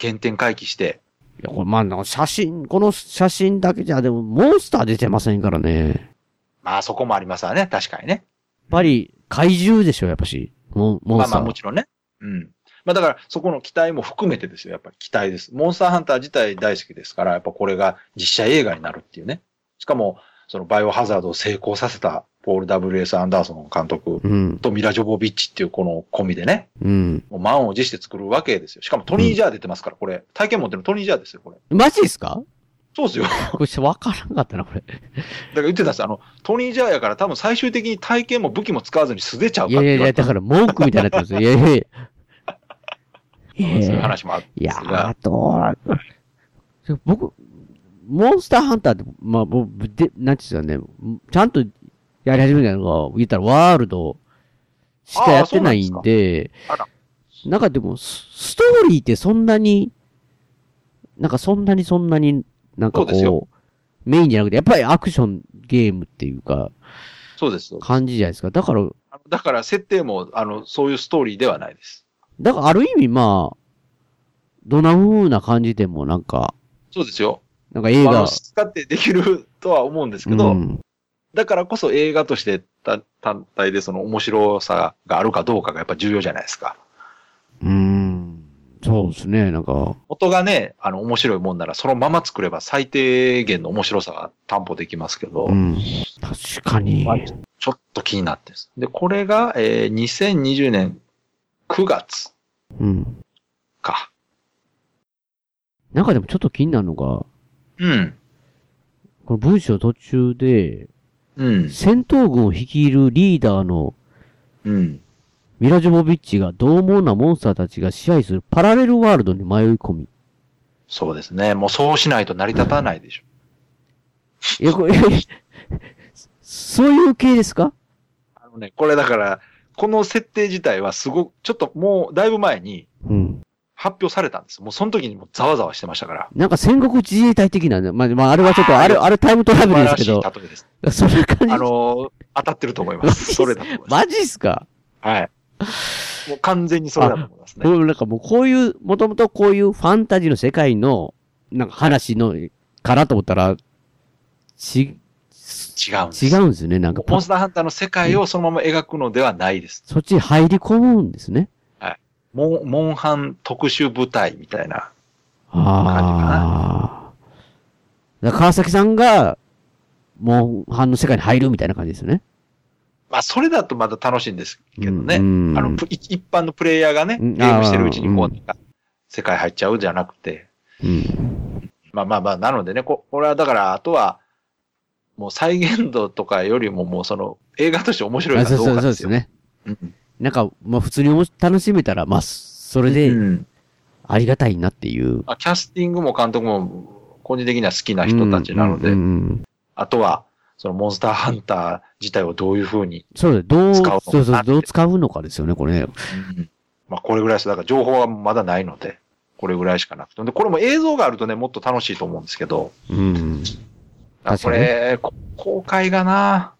原点回帰して、
いや、これ、まあ、なんか写真、この写真だけじゃ、でも、モンスター出てませんからね。
まあ、そこもありますわね、確かにね。
やっぱり、怪獣でしょ、やっぱし。モンモン
まあ
スタ
ま
ー。
あもちろんね。うん。まあだからそこの期待も含めてですよ。やっぱり期待です。モンスターハンター自体大好きですから、やっぱこれが実写映画になるっていうね。しかも、そのバイオハザードを成功させたポール・ W.S. アンダーソン監督
うん。
とミラ・ジョボビッチっていうこの込みでね、
うん。
もう満を持して作るわけですよ。しかもトニー・ジャー出てますから、これ、体験持ってるのトニー・ジャーですよ、これ。
マジですか
そうですよ。だ か
これちょっとわからんかったな、これ。
ら言ってたんですよあの、トニー・ジャーやから多分最終的に体験も武器も使わずに素手ちゃう
い
かっ
やいやいや、
て言われて
だから文句みたいになってますよ。いやいや いや。
そういう
え
話もあるん
えい
で
や
すが。
ー、どうなん僕、モンスターハンターって、まあ、僕、で、なんていうんですかね、ちゃんとやり始めたのが、言ったらワールドしかやってないんで、
あら。
なんかでも、スストーリーってそんなに、なんかそんなにそんなに、なんか
そうです
こ
よ
う、メインじゃなくて、やっぱりアクションゲームっていうか、
そうですよ。
感じじゃないですか。だから、
あのだから設定も、あの、そういうストーリーではないです。
だからある意味まあ、どんな風な感じでもなんか、
そうですよ。
なんか映
あ
画
の、、使ってできるとは思うんですけど、
うん、
だからこそ映画としてた単体でその面白さがあるかどうかがやっぱ重要じゃないですか。
うん、そうですね、なんか、
元がね、あの、面白いもんならそのまま作れば最低限の面白さが担保できますけど、
うん、確かに、
まあちょっと気になってです。で、これが、えー2020年9月
うん。
か。
なんかでもちょっと気になるのが、
うん。
この文章途中で、
うん。
戦闘軍を率いるリーダーの
うん。
ミラ・ジョボビッチが獰猛なモンスターたちが支配するパラレルワールドに迷い込み。
そうですね。もうそうしないと成り立たないでしょ。
いや、これ、 そういう系ですか
あのね、これだから、この設定自体はすごく、ちょっともうだいぶ前に
うん。
発表されたんです。もうその時にもうざわざわしてましたから。
なんか戦国自衛隊的なね、まあ、まあ、あれはちょっと、あれ、あれタイムトラ
素
ベル
晴
です
ら
け
しい
ど、
例えです。
そんな感じ
あ。のー当たってると思います。それだと思います。
マジっすか
はい。もう完全にそれだと思いますね。
うんなんかもうこういう、もともとこういうファンタジーの世界の、なんか話の、からと思ったら、ち、
違うんです。
違うんですよね。なんかパ
モンスターハンターの世界をそのまま描くのではないです。
そっちに入り込むんですね。
モン、モンハン特殊部隊みたいな。
ああ。だから川崎さんが、モンハンの世界に入るみたいな感じですよね。
まあ、それだとまた楽しいんですけどね。
うん
あの、ぷい一般のプレイヤーがね、
うん
ゲームしてるうちにこ
あー
う、なんか世界入っちゃうじゃなくて。
うん。
まあまあまあ、なのでね、ここれはだから、あとは、もう再現度とかよりももうその映画として面白い
あ
か
そう
ど
そうう
か
そう
で
ですす
よ。
ね。
うん
なんか、まあ普通におもし楽しめたら、まあ、それ
う
で
ん
ありがたいなっていう。
まあキャスティングも監督も個人的には好きな人たちなので、
うんうんうん
あとは、そのモンスターハンター自体をどういうふうに、
そうだ、どう、
使う
そう
のか
そう
なって
どう使うのかですよね、これね。
まあこれぐらいです。だから情報はまだないので、これぐらいしかなくて。で、これも映像があるとね、もっと楽しいと思うんですけど、
うん。
あ
確
こ
かにね
れ、こ公開がな、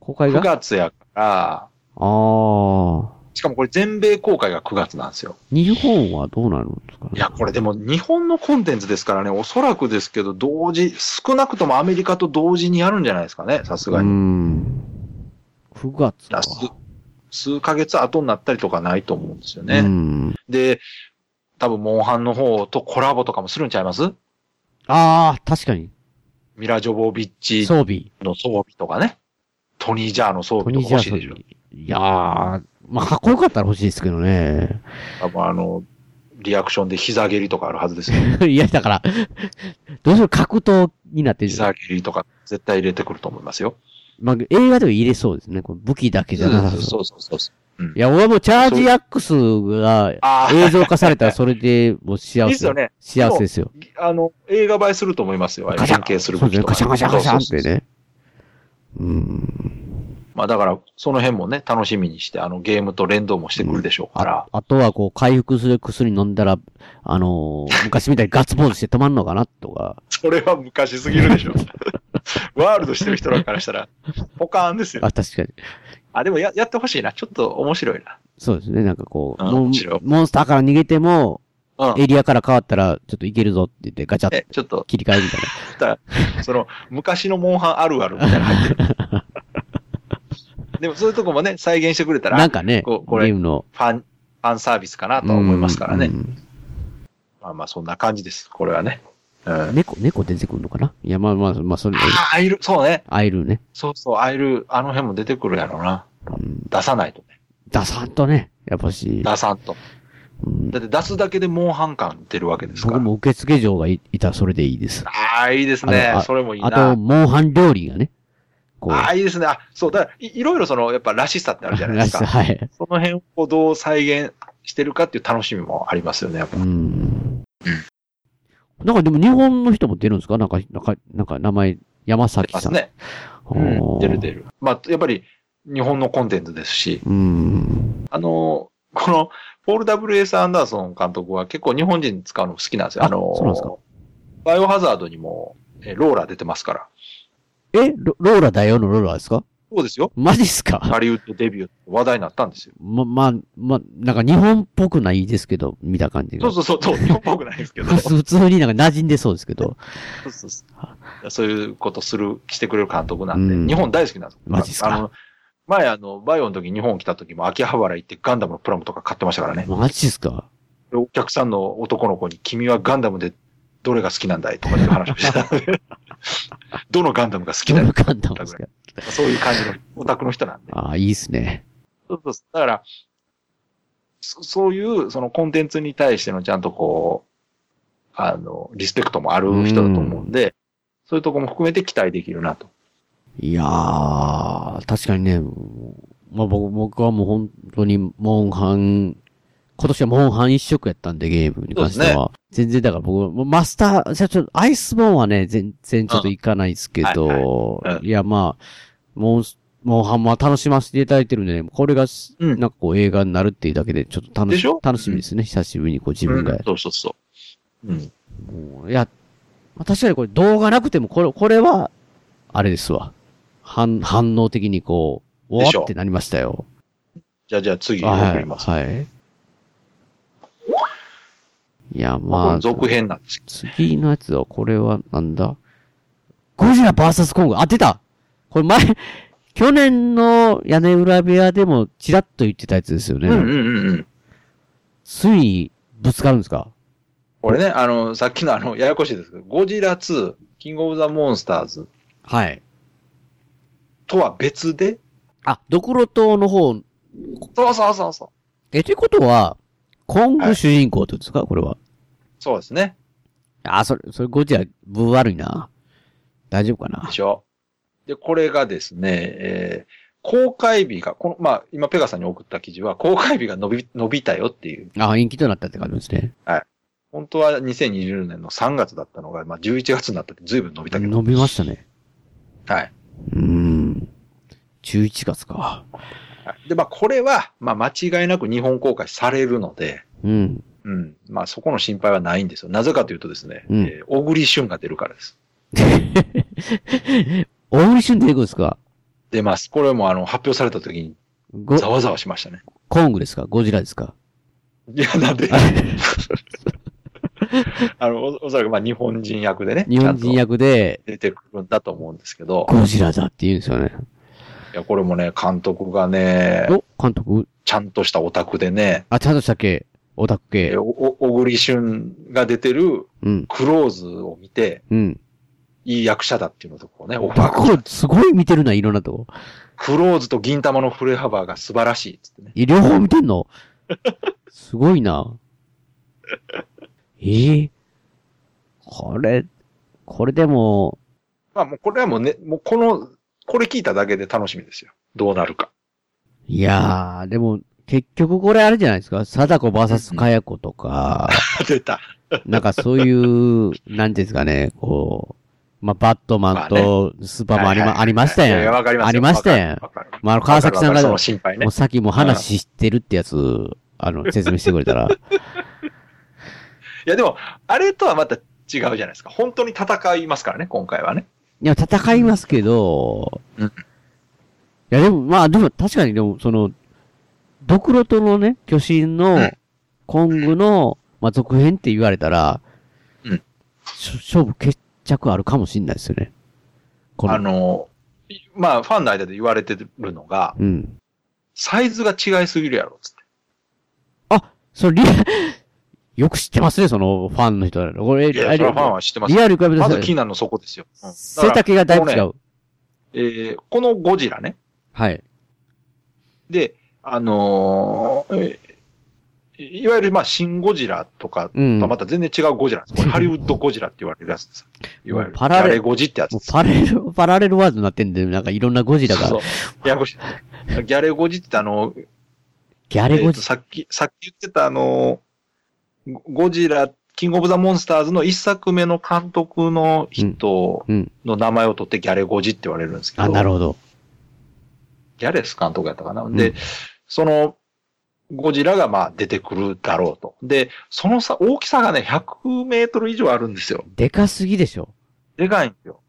公開
9
があ
月やから、
あー。
しかもこれ全米公開が9月なんですよ。
日本はどうなるんですかね
いや、これでも日本のコンテンツですからね、おそらくですけど、同時、少なくともアメリカと同時にやるんじゃないですかね、さすが
う
に。
ん。9月か
だ数数ヶ月後になったりとかないと思うんですよね。
うん。
で、多分、モンハンの方とコラボとかもするんちゃいます
ああ、確かに。
ミラ・ジョボビッチ
装備。
の装備とかね。トニー・ジャーの装
ト
備と
ニ
か
ージャー
欲しい
装
でしょ
備。。いやー、まあ、かっこよかったら欲しいですけどね。
多分、あの、リアクションで膝蹴りとかあるはずですよ。
いや、だから、どうしよう格闘になってる。
膝蹴りとか絶対入れてくると思いますよ。
まあ、映画でも入れそうですね。この武器だけじゃなさそ
そうそうそうそう。
う。いや、俺はもうチャージアックスが
ああ、
映像化されたらそれでもう幸せ。
いいっすよね。
幸せですよ。
あの、映画映えすると思いますよ。ああいう変形する
そうです
武器
ね。
とか
ガシャンガシャンガシャンって
そうそうそう
ね。うん。
まあだから、その辺もね、楽しみにして、あの、ゲームと連動もしてくるでしょうから
あ。あとはこう、回復する薬飲んだら、あの ー昔みたいにガッツポーズして止まんのかなとか。
それは昔すぎるでしょ。ワールドしてる人らからしたら、ポカーンですよ。
あ、確かに。
あ、でもややってほしいな。ちょっと面白い
そうですね。なんかこう、
うん
モン
面白い
モンスターから逃げても、
な。うん。
エリアから変わったら、ちょっといけるぞって言ってガチャッ
え
と、
ちょっと、
切り替えるみたいな。
その、昔のモンハンあるあるみたいなの入って る。でもそういうとこもね、再現してくれたら、
なん
フ
かね、
ここれ
ゲームの。
ァン、ファンサービスかなとは思いますからね
う。ん
まあまあ、そんな感じです。これはね。うん。
猫、猫出てくるのかないや、まあまあ、まあ、それ、
ああ、アイル、そうね。
会えるね。
そうそう、アイル、あの辺も出てくるやろうな。
うん。
出さないとね。
ダサンとね、やっぱし。
出さんと。
うん
だって出すだけでモンハン感出るわけですか
僕
ら。
も受付嬢がいいたらそれでいいです。
ああ、いいです
あ
ね
のあ。
それもいい
あと、
な。
モンハン料理がね、こう、
ああ、いいですね。あ、そう、だからい、いろいろその、やっぱらしさってあるじゃないです
らし
か。
さはい。
その辺をどう再現してるかっていう楽しみもありますよね、やっぱ。
うん。なんかでも日本の人も出るんですかなんか、なんか、なんか名前、山崎
ま
さ
す
ん。
ね。
お
う
ー
ん、出る出る。まあ、やっぱり、日本のコンテンツですし、
うん。
あの、この、ポール・ W.S. アンダーソン監督は結構日本人使うの好きなんですよ。
あ
あの、
そうなんですか
バイオハザードにも、えローラ出てますから。
えロローラだよのローラですか
そうですよ。
マジっすか
ハリウッドデビューって話題になったんですよ。
ま、まあ、まあ、なんか日本っぽくないですけど、見た感じ
そ
が。
うそうそうそう、日本っぽくないですけど。そ
普 通普通になんか馴染んでそうですけど。
うそうそうそういうことする、してくれる監督な
う
ん
ん
で、日本大好きなんですよ
マジっすか
あの、前あの、バイオの時日本来た時も秋葉原行ってガンダムのプラモとか買ってましたからね。
マジっすか
お客さんの男の子に、君はガンダムでどれが好きなんだいとかいう話をしてたん で。どのガンダムが好き
ど
だ
の
よ。
ガンダムですか
そういう感じのオタクの人なんで。
ああ、いいっすね。
そうそうそうだから、そそういう、そのコンテンツに対してのちゃんとこう、あの、リスペクトもある人だと思うんで、そういうとこも含めて期待できるなと。
いやー、確かにね、もうまあ僕、僕はもう本当に、モンハン、今年はモンハン一色やったんで、ゲームに関して
そ
は。全然だから僕、もうマスター、じゃあちょっと、アイスボーンはね、全然ちょっといかないですけど
うんはいはい、うん
いやまあ、モンス、モンハンも楽しませていただいてるんでね、これがし、
うん
なんかこう映画になるっていうだけで、ちょっと楽
で
し
しょ
楽しみですね、久しぶりにこう自分が
うんそうそうそう。うん。
もういや、まあ確かにこれ動画なくても、これ、これは、あれですわ。反、反応的にこう、お
でし
わ
ょ
ってなりましたよ。
じゃあ、じゃあ次、
は
送
い。
ります。
はい。いや、
まあ、こ
ま
れ
あ、
続編なんですけ
次のやつは、これはなんだゴジラ VS コング。あ、出たこれ前、 去年の屋根裏部屋でもチラッと言ってたやつですよね。
ど。うんうんうんうん。
ついにぶつかるんですか
これね、あの、さっきのあの、ややこしいですけど、ゴジラ2、キングオブザ・モンスターズ
はい。
とは別で、
あ、ドクロ島の方
そうそうそうそう。
え、ということは、コング主人公ってことですか、これは。
そうですね。
あ、それ、それゴジラ、分悪いな。大丈夫かな
でしょ。で、これがですね、えー公開日が、この、まあ、今、ペガさんに送った記事は、公開日が伸び、伸びたよっていう、
あ、延期となったって感じですね。
本当は2020年の3月だったのが、まあ、11月になったって随分伸びたけど、
伸びましたね。
はい。
うーん。11月か。
はいで、まあ、これは、まあ、間違いなく日本公開されるので、
うん。
うん。まあ、そこの心配はないんですよ。なぜかというとですね、
うん
えー小栗旬が出るからです。
大栗旬出てくるんですか
出ます。これも、あの、発表された時に、
ゴ、
ざわざわしましたね。
コングですかゴジラですか
いや、なんであの、おおそらく、まあ、日本人役でね、
日本人
ちゃんと
役で、
出てくるんだと思うんですけど、
ゴジラだって言うんですよね。
いや、これもね、監督がね、
お、監督
ちゃんとしたオタクでね、
あ、ちゃんとしたっけオタク
え
系。
おお小栗旬が出てる
うん。
クローズを見て、
うん。
いい役者だっていうのとこうね、オファー
僕、すごい見てるな、いろんなとこ。
クローズと銀玉の振れ幅が素晴らしいっつってね。
え、両方見てんのすごいな。えーこれ、これでも、
まあもうこれはもうね、もうこの、これ聞いただけで楽しみですよ。どうなるか。
いやー、でも、結局これあれじゃないですか貞子 VS かや子とか、
出た。
なんかそういう、なんていうんですかね、こう、まあ、バットマンとスーパーマンあり
はい
ま、
はい
ありました
いやいや
やん。
わかりますよ。
ありましたや
わ
ん。
かるわかる
まあ、あの川崎さん
わか
が、
るわかるそ
も
の心配ね
う。さっきも話知ってるってやつ、あの、説明してくれたら。
いやでも、あれとはまた違うじゃないですか。本当に戦いますからね、今回はね。
いや、戦いますけど、
うん
いや、でも、まあ、でも、確かに、でも、その、ドクロとのね、巨神
う
の
ん、
コングの、まあ、続編って言われたら、
うん
し勝負決着あるかもしんないですよね。こ
あ
の、
の、いまあ、ファンの間で言われてるのが、
うん。
サイズが違いすぎるやろ、つって。
それ、リア、 よく知ってますね、その、ファンの人ら。これ、
いや、それはファンは知ってます
リ。アル比べて
まず
さ
気になるのそこですよ。うん
背
だから
丈がだいぶ違
このね
う。
えーこのゴジラね。
はい。
で、あのーえーいわゆる、まあ、シンゴジラとかと
うん
はまた全然違うゴジラです。これハリウッドゴジラって言われるやつです。いわゆる、
パラレ
やれゴジってやつ
もう
です。
パラレル、パラレルワールドになってんで、なんかいろんなゴジラ
そ
が
う、そうややこしい。ギャレゴジってあの、
ギャレ
え
ゴ
ー
ジ
と、さっき、さっき言ってたあの、ゴゴジラ、キングオブザモンスターズの一作目の監督の人
うんうん
の名前を取ってギャレゴジって言われるんですけど。
あ、なるほど。
ギャレス監督やったかな。
ん
で、その、ゴジラがまあ出てくるだろうと。で、そのさ、大きさがね、100メートル以上あるんですよ。
でかすぎでしょ。
でかいんですよ。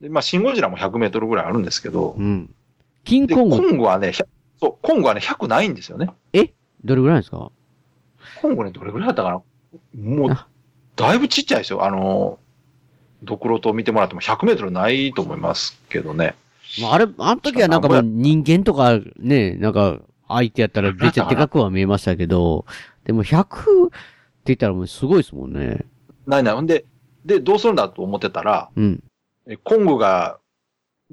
で、まあ、シンゴジラも100メートルぐらいあるんですけど
う、ん。キン
で、
コ
コ
ング、
ングはね、100そう、コングはね、100ないんですよね。
どれぐらいなんですか
コングね、どれぐらいだったかなもう
あ、
だいぶちっちゃいですよ。あの、ドクロと見てもらっても100メートルないと思いますけどね。
まあ、あれ、あの時はなんかもう人間とかね、なんか相手やったらめっちゃでかくは見えましたけど、でも100って言ったらもうすごいですもんね。
ないない。ほんで、で、どうするんだと思ってたら、
うん。
えコングが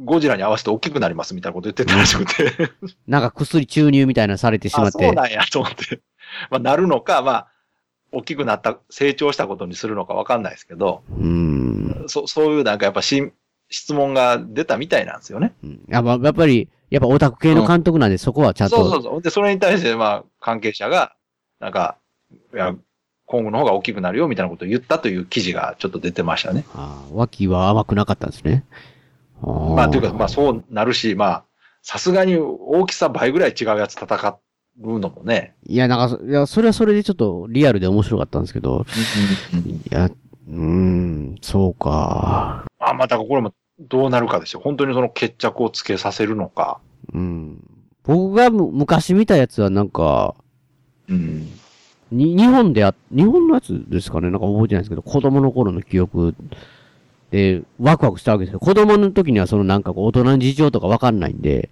ゴジラに合わせて大きくなりますみたいなこと言ってたらしくて。
なんか薬注入みたいなのされてしま
あ、
っ
そう
て。
なんやと思って。まあ、なるのか、まあ、大きくなった、成長したことにするのかわかんないですけど、
うーん。
そそういうなんかやっぱし質問が出たみたいなんですよね。
うんやっぱやっぱり、やっぱオタク系の監督なんで、そこはちゃんと。
そうそうそう。で、それに対して、まあ、関係者が、なんか、いや、今後の方が大きくなるよ、みたいなことを言ったという記事がちょっと出てましたね。
ああ、脇は甘くなかったんですね。
ま
ま
あ、というか、まあ、そうなるし、まあ、さすがに大きさ倍ぐらい違うやつ戦うのもね。
いや、なんかそ、いや、それはそれでちょっとリアルで面白かったんですけど、いや、うーん、そうか。
まあ、またこれもどうなるかですよ。本当にその決着をつけさせるのか。
うん。僕がむ昔見たやつはなんか、
うん。
に、日本であ、日本のやつですかねなんか覚えてないですけど、子供の頃の記憶で、ワクワクしたわけですよ。子供の時にはそのなんかこう大人の事情とかわかんないんで、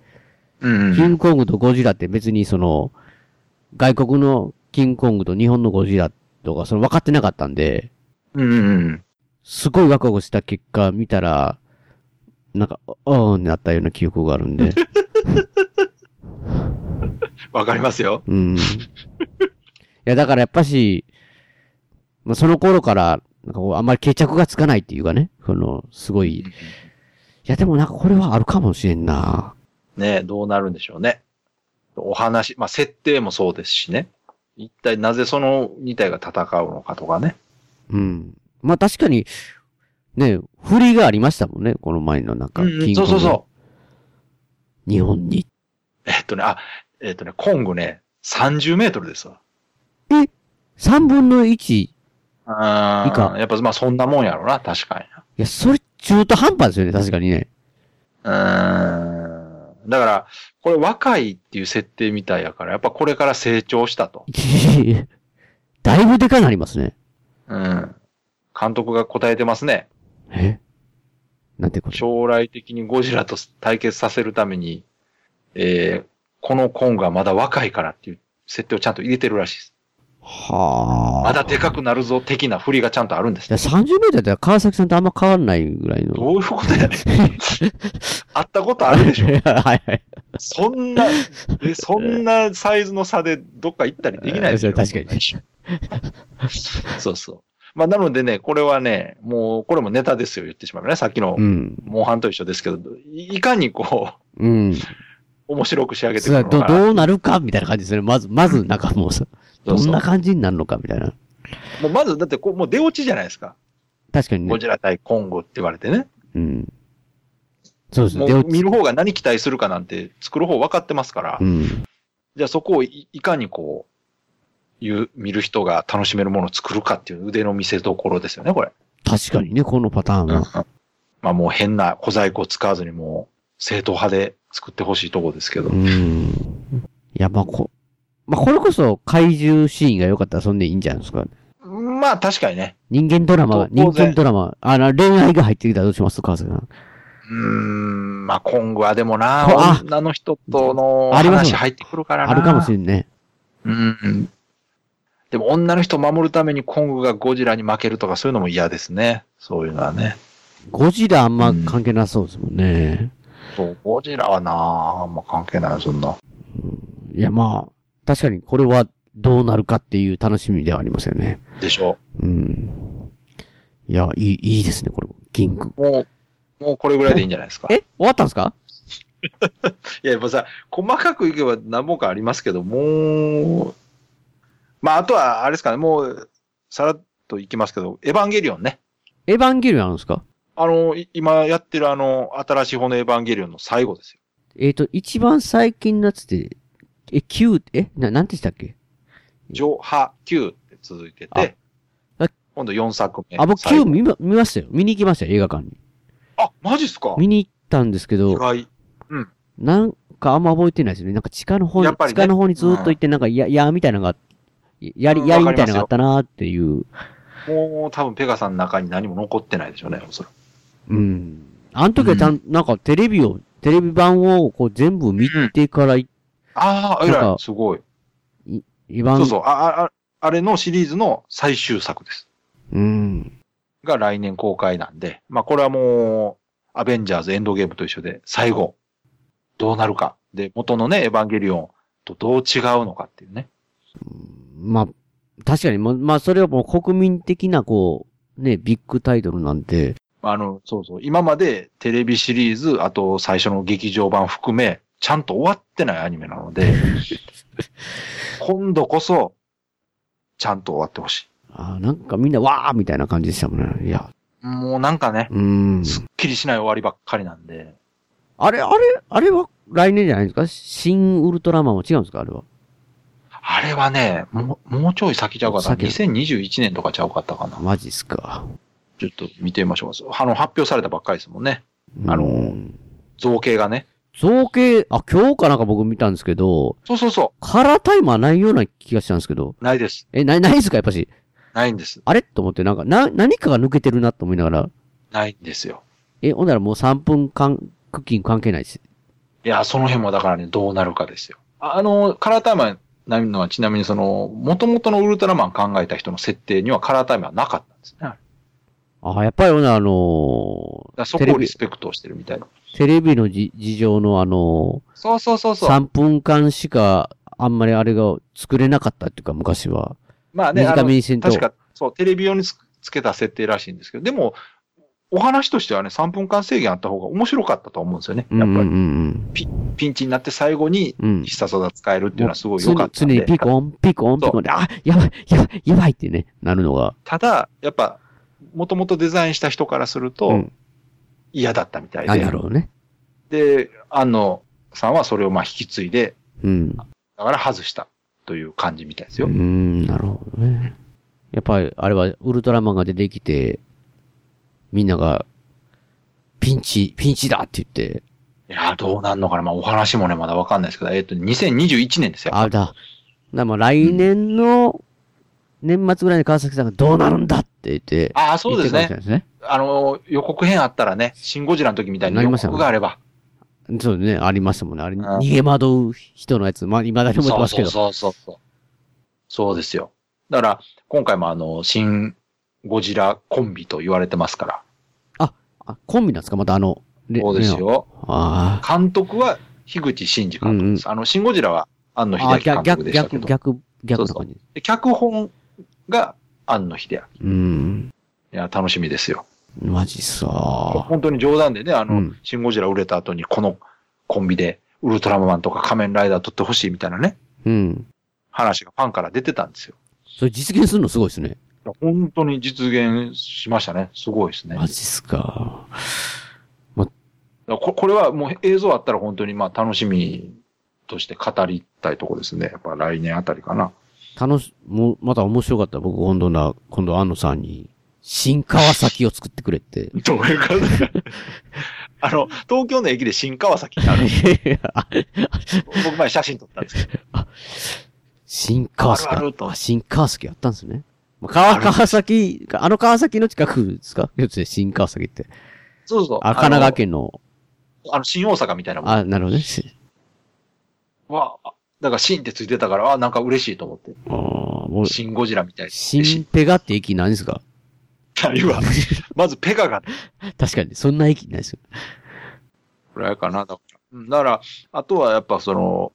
うん
キングコングとゴジラって別にその、外国のキングコングと日本のゴジラとか、その分かってなかったんで、
うんうん。
すごいワクワクした結果見たら、なんか、おーんってなったような記憶があるんで。
わかりますよ。
うん。いや、だからやっぱし、まあ、その頃から、なんかこう、あんまり決着がつかないっていうかね、その、すごい。いや、でもなんかこれはあるかもしれんな。
ねどうなるんでしょうね。お話、まあ、設定もそうですしね。一体なぜその2体が戦うのかとかね。
うん。まあ確かに、ね、振りがありましたもんね、この前のなんか、キン。
そうそうそう
日本に。
う。えっとね、あ、えっとね、コングね、30メートルですわ。
3分の1。い
あ
いいか
やっぱまあそんなもんやろな、確かに
や、それ中途半端ですよね、確かにね。
な。うーん。だから、これ若いっていう設定みたいやから、やっぱこれから成長したと。
だいぶでかなりますね。
うん。監督が答えてますね。
えなんてこと
将来的にゴジラと対決させるために、えー、このコングはまだ若いからっていう設定をちゃんと入れてるらしいです。
はあ。
まだでかくなるぞ的な振りがちゃんとあるんで
い
す
や、。30メートルだったら川崎さんとあんま変わんないぐらいの。
どういうことやねん。会ったことあるでし ょ
はいはい。
そんな、え、そんなサイズの差でどっか行ったりできないですよ。
えー確かに。
そうそう。まあ、なのでね、これはね、もう、これもネタですよ、言ってしまえばね。さっきの
う、ん。
モンハンと一緒ですけど、いいかにこう、
うん。
面白く仕上げて
そ
く
れ
る
は
の
ど、
かな。
どうなるかみたいな感じですね。まず、まず、なんかもうさ、
そ
ど
うそうん
な感じになるのかみたいな。
もうまず、だってこう、もう出落ちじゃないですか。
確かに
ゴ
ね。
ジラ対コンゴって言われてね。
うん。そうです
も
ね。出
う
落ち
見る方が何期待するかなんて、作る方分かってますから、
うん。
じゃあそこをいいかにこう、いう、見る人が楽しめるものを作るかっていう腕の見せ所ですよね、これ。
確かにね、このパターンは。
まあもう変な小細工を使わずにもう、正統派で作ってほしいとこですけど。
うん。いや、まあ、こ、まあ、これこそ怪獣シーンが良かったらそんでいいんじゃないですか。
まあ確かにね。
人間ドラマが、
当
人
然
間ドラマ、あの、恋愛が入ってきたらどうします川崎さん。
うーん、まあ今後はでもな
こあ、
女の人との
あります
話入ってくるからな。
あるかもしれ
れ
んね。
ない。うん。でも女の人を守るためにコングがゴジラに負けるとかそういうのも嫌ですね。そういうのはね。
ゴジラあんま関係なさそうですもんね。
そう、ゴジラはなあんま関係ない、そんな。
いや、まあ、確かにこれはどうなるかっていう楽しみではありますよね。
でしょ
うん。いや、いい、いいですね、これ。キング。
う。もう、もうこれぐらいでいいんじゃない ですか。い
え終わったんですか
や、やっぱさ、細かくいけば何本かありますけど、もう、まああとは、あれですかね、もう、さらっといきますけど、エヴァンゲリオンね。
エヴァンゲリオンあるんですか
あの、い今やってるあの、新しい方のエヴァンゲリオンの最後ですよ。
えっ、と、一番最近のやつで、え、9、え、な、なんてしたっけ
上波9って続いてて
あ、
今度4作目。
あ、僕
最後
9見ま、見ましたよ。見に行きましたよ、映画館に。
あ、マジっすか
見に行ったんですけ
意
ど、
外。
なんかあんま覚えてないですね。なんか地下の方に、
やっぱり
地
ね
下の方にずっと行って、なんか、や、や、みたいなのが、やり、
うん
やり
わか
みたい
りますよ
なのがあったなーっていう。
もう多分ペガさんの中に何も残ってないでしょうね、おそらく。
うん。あの時はちゃん、なんかテレビを、テレビ版をこう全部見てからい、
ああ、
な
え
ん
ら
か
い、すごい。
一番、
そうそう、あ、あ、あれのシリーズの最終作です。
うん。
が来年公開なんで、まあこれはもう、アベンジャーズエンドゲームと一緒で、最後、どうなるか。で、元のね、エヴァンゲリオンとどう違うのかっていうね。
まあ、確かに、ま、まあ、それはもう国民的な、こう、ね、ビッグタイトルなんで、
あの、そうそう。今までテレビシリーズ、あと最初の劇場版含め、ちゃんと終わってないアニメな ので、今度こそ、ちゃんと終わってほし
あーなんかみんなわーみたいな感じでしたもんね。いや、
い。もうなんかね、
うーん。
すっきりしない終わりばっかりなんで、
あれ、あれ、あれは来年じゃないですか新ウルトラマンは違うんですかあれは。
あれはね、もう、もうちょい先ちゃうかった。
先
2021年とかちゃうかったかな。
マジっすか。
ちょっと見てみましょうか。あの、発表されたばっかりですもんね。あの
うん
造形がね。
造形、あ、今日かなんか僕見たんですけど、
そうそうそ
カラータイマーないような気がしたんですけど、
う。ないです。
え、ない、ないですかやっぱし。
ないんです。
あれと思って、なんか、な、何かが抜けてるなと思いながら、
ないんですよ。
え、ほんならもう3分間、クッキング関係ないです。
いや、その辺もだからね、どうなるかですよ。ああの、カラータイマーないのは、ちなみにその、元々のウルトラマン考えた人の設定にはカラータイマーなかったんですね。だか
あ、やっぱりほんならあの
らそ
テ
こ
レ
を
ビ
リスペクトしてるみたいな。
ーテレビのじ事情のあの
そうそうそう
ー、
そう。
3分間しか、あんまりあれが作れなかったっていうか、昔は。
まあね、あ
短
の
め、にせんと。
確か、そう、テレビ用につつけた設定らしいんですけど、でも、お話としてはね、3分間制限あった方が面白かったと思うんですよね。
うん
や
う
っ
ん
ぱ
う
り、
ん
ピンチになって最後に
うん。うん。
必殺技使えるっていうのはすごい良かった
常
ん
に常
で
に。ピコン、ピコン、ピコンで、あ、やばい、やばい、やばいってね、なるのが。
ただ、やっぱ、もともとデザインした人からする
う
と
ん
嫌だったみたい
あ、な
で
る。ほどね。
で、安野さんはそれをまあ引き継いで、
うん。
だから外したという感じみたいです
う
よ。
ん、なるほどね。やっぱり、あれは、ウルトラマンが出てきて、みんなが、ピンチ、ピンチだって言 って、
いやー、どうなんのかな。まあお話もね、まだわかんないですけど、えっ、と、2021年ですよ。
あ、だ。な、まあ、来年の、年末ぐらいに川崎さんがどうなるんだって言って、
ああ、そうです
言ってるかも
ね。
しれない
あのー、予告編あったらね、シンゴジラの時みたいに
なり
予
ましたよね
告があれば。
ですね。そうね、ありましたもんね。あれ、
ん
逃げ惑う人のやつ、まあ、未だに思ってますけど。
そうそうそうそう。そうですよ。だから、今回もあの、シンゴジラコンビと言われてますから。
あ、コンビなんですかまたあの、レ
そうです。
レオ
よ。
あ
監督は樋口真嗣監督です。あの、シン・ゴジラは安野
あ。あ
秀
あ、
明監
逆、
督でした
逆、
けど、
逆、逆な
そう
感じ。
で脚本が安野秀
うん。
明。いや、楽しみですよ。
マジさ。
本当に冗談でね、あの、
うん
シン・ゴジラ売れた後にこのコンビでウルトラマンとか仮面ライダー撮ってほしいみたいなね、
うん。
話がファンから出てたんですよ。
それ実現するのすごいですね。
いや本当に実現しましたね。すごいですね。だ
マ
か
ジっすか。
らここれはもう映像あったら本当にまあ楽しみとして語りたいとこですね。やっぱ来年あたりかな。
楽し、もう、また面白かった。僕、今度な、今度、安野さんに、新川崎を作ってくれって。
どういうこと あの、東京の駅で新川崎ってある。僕前写真撮ったんですけど。
新川崎。
あるあると
あ新川崎やったんですね。まあ川、川崎、あの川崎の近くですか要するに新川崎って。
そうそう。
あ、神奈川県の、
あの。あの、新大阪みたいなもん。
あ、なるほどね。し
わあだから新ってついてたから、あ、なんか嬉しいと思って。
あーもう、
新ゴジラみたいで
新
新
ペガって駅ないんですか
ないわ。 まずペガが
確かに、そんな駅ないですよ。
ぐらいかな。だから、うんだからあとはやっぱその、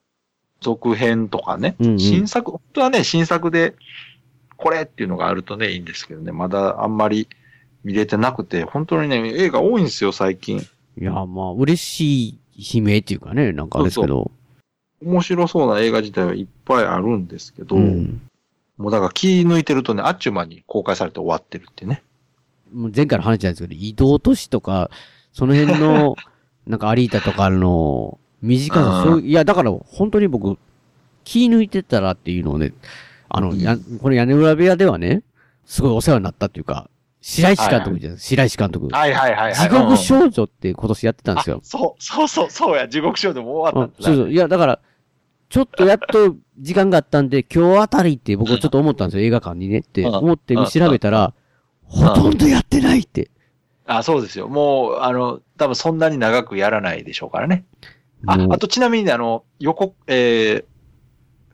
続編とかね。
うんうん
新作、本当はね、新作で、これっていうのがあるとね、いいんですけどね。まだあんまり見れてなくて、本当にね、映画多いんですよ、最近。
いや、まあ、嬉しい悲鳴っていうかね、なんかあれですけど。
面白そうな映画自体はいっぱいあるんですけど、
うん
もうだから気抜いてるとね、あっちゅう間に公開されて終わってるってね。
もう前回の話じゃないですけど、移動都市とか、その辺 の、なんかアリータとかの、短さ、
うん
そういう、いや、だから本当に僕、気抜いてたらっていうのをね、あの、
うん
やこの屋根裏部屋ではね、すごいお世話になったっていうか、白石監督じゃない白石監督。
はいはいはい
地獄少女って今年やってたんですよ。
そう、そうそう、そうや、地獄少女も終
う
わっ
ん
たんだ
そうそう。いや、だから、ちょっとやっと時間があったんで、今日あたりって僕はちょっと思ったんですよ、映画館にねって。
うん
思って調べたら、ほとんどやってないって。
あ、そうですよ。もう、あの、多分そんなに長くやらないでしょうからね。あ
も、う
あとちなみにね、あの、横、えー、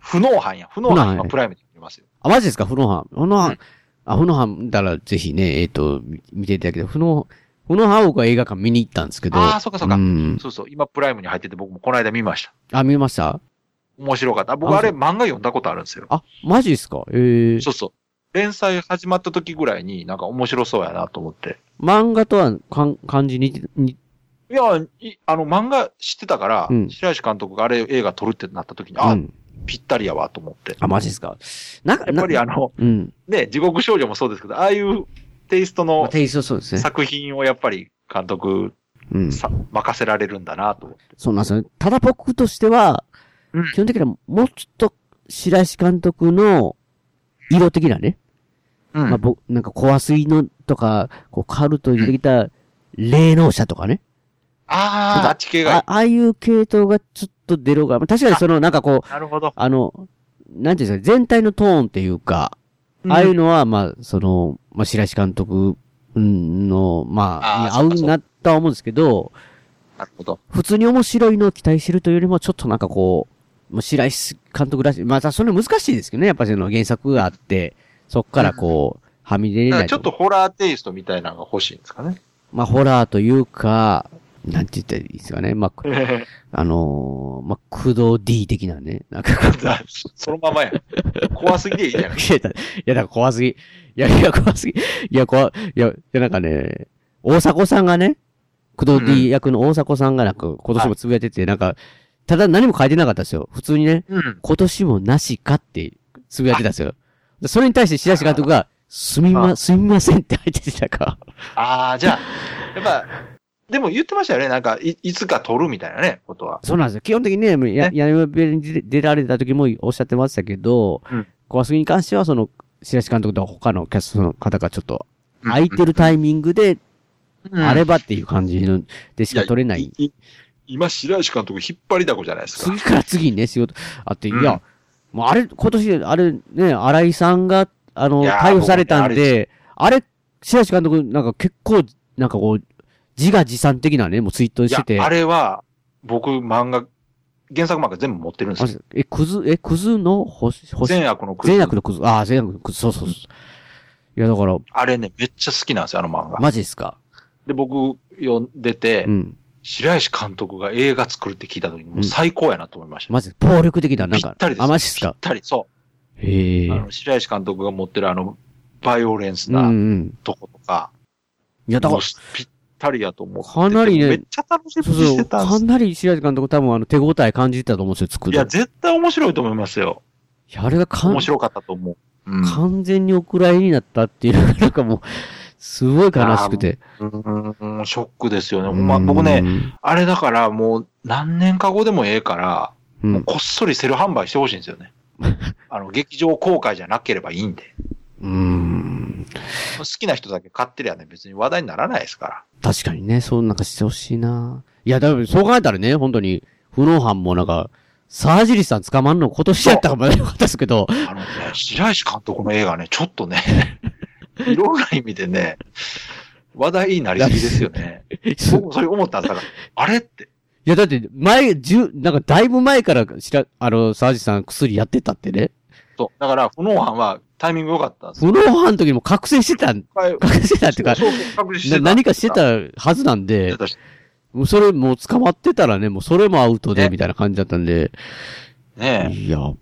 不能犯や。不能
不能
犯
犯
は
や
プライムで見れますよ。
あ、マジですか、フノハン。フノハ
う
ン、あ、フノハン、だからぜひね、えっ、と、み見ていただけど、フノ、フノハンを僕は映画館見に行ったんですけど。
ああ、そうかそうか、
ん。
そうそう。今プライムに入ってて僕もこの間見ました。
あ、見ました
面白かった。僕あれ
あそ
漫画読んだことあるんですよ。
あ、マジですかええ
そうそう。連載始まった時ぐらいになんか面白そうやなと思って。
漫画とはかん、感じに似て、に
いや、いあの、漫画知ってたから、
うん
白石監督があれ映画撮るってなった時に、
う
あ、
ん。
ぴったりやわと思って。
あ、マジですか。なんか、
やっぱり
な
あの、
うん。
ね、地獄少女もそうですけど、ああいうテイスト
まあ
の
テイストそうですね。
作品をやっぱり監督
うん。
さ、任せられるんだなと思って。
そうなんですよね。ただ僕としては、
うん
基本的にはもうちょっと白石監督の色的なね、
うん
まあ僕、なんか怖すぎのとか、こうカルトに出てきた霊能者とかね、
あ
なんか
あ、あっち系がい
あああいう系統がちょっと出るが、まあ確かにそのなんかこう、
い。なるほど。
あの、なんていうんですか、全体のトーンっていうか、ああいうのは、まあ、その、まあ、白石監督うんの、まあ、
あー
に合う
そうかそう
なとは思うんですけど、
なるほど。
普通に面白いのを期待してるというよりも、ちょっとなんかこう、まあ白石監督らしい。まあ、それ難しいですけどね。やっぱりその原作があって、そこからこう、はみ出れ
だか
な
ら
い。
ちょっと。ホラーテイストみたいなのが欲しいんですかね。
まあ、ホラーというか、なんて言ったらいいですかね。まあ、あのーまあ、工藤 D 的なね。なんかこう、
そのままやん。怖すぎでいいじゃん。
いや、 だいやだから怖すぎ。いや、いや、怖すぎ。いや、怖、いや、いや、なんかね、大迫さんがね、工藤
うん
D 役の大迫さんがなんか、今年もつぶやいてて、なんか、ただ何も書いてなかったですよ。普通にね、
うん。
今年もなしかってつぶやいてたんですよ。でそれに対して白石監督が、すみま、
あ
すみませんって入ってきたから。
ああ、じゃあ、やっぱ、でも言ってましたよね。なんか、いいつか撮るみたいなね、ことは。
そうなんですよ。基本的にね、もうや、
ね
やめべに出出られた時もおっしゃってましたけど、
うん
怖すぎに関しては、その、白石監督と他のキャストの方がちょっと、
うん
空いてるタイミングで、
うん
あればっていう感じのでしか撮れない。
いい今、白石監督引っ張りだこじゃないですか。
次から次にね、仕事あって、
うん
いや、もうあれ、今年、あれね、新井さんが、あの、
いやー
逮捕されたん
僕ねあ
で、あれ、白石監督、なんか結構、なんかこう、自画自賛的なね、もうツイート
い
してて、
や、あれは、僕、漫画、原作漫画全部持ってるんです
あ
よ。
え、クズ、え、クズの星、星、
善悪のクズ
善悪のクズ、ああ、善悪のクズ、そうそうそう。いや、だから、
あれね、めっちゃ好きなんですよ、あの漫画。
マジですか。
で、僕、読んでて、
うん。
白石監督が映画作るって聞いた時に、もう最高やなと思いました。
マジ、暴力的な、なん
ぴ
か
ったり、です。
あ、マジです
ぴ
か
っ。たり、そ
へえ。
う。あ
う
の白石監督が持ってるあの、バイオレンス
んう。
なんとことか、
いや、だか
もう
ら、
ぴったりやと思ってて。
かなりね
めっちゃ楽しみ
そう
にし
そ
て
う、
たん
か
です。
なり白石監督多分あの手応え感じてたと思うんですよ、作
い
る。
や、絶対面白いと思いますよ。
いや、あれが完
面白かったと思う。うん
完全にお蔵入りになったっていうの が、なんかもう、すごい悲しくて。
うんうんショックですよね。ほんま、僕ね、あれだからもう何年か後でもええから、
うん、う。
もうんこっそりセル販売してほしいんですよ ね。あの、劇場公開じゃなければいいんで。
うん。
好きな人だけ買ってりゃね、別に話題にならないですから。
確かにね、そうなんかしてほしいな。いや、だからそう考えたらね、本当に、不能犯もなんか、沢尻さん捕まんの今年やったかもよかったですけど、
あのね、白石監督の映画ね、ちょっとね、 いろんな意味でね、話題になりすぎですよね。僕もそれ思ったんですだから、あれって。
いや、だって、前、じゅ、なんかだいぶ前から、しら、あの、沢尻さん薬やってたってね。
そう。だから、不能犯はタイミング良かったんです
不
よ。
能犯の時も覚醒してたん、
一回
覚醒してたっていうか、
そうそう確認し
な
てた
何かしてたはずなんで
して、たし
もうそれもう捕まってたらね、もうそれもアウトで、
ね
みたいな感じだったんで、
ね
いや、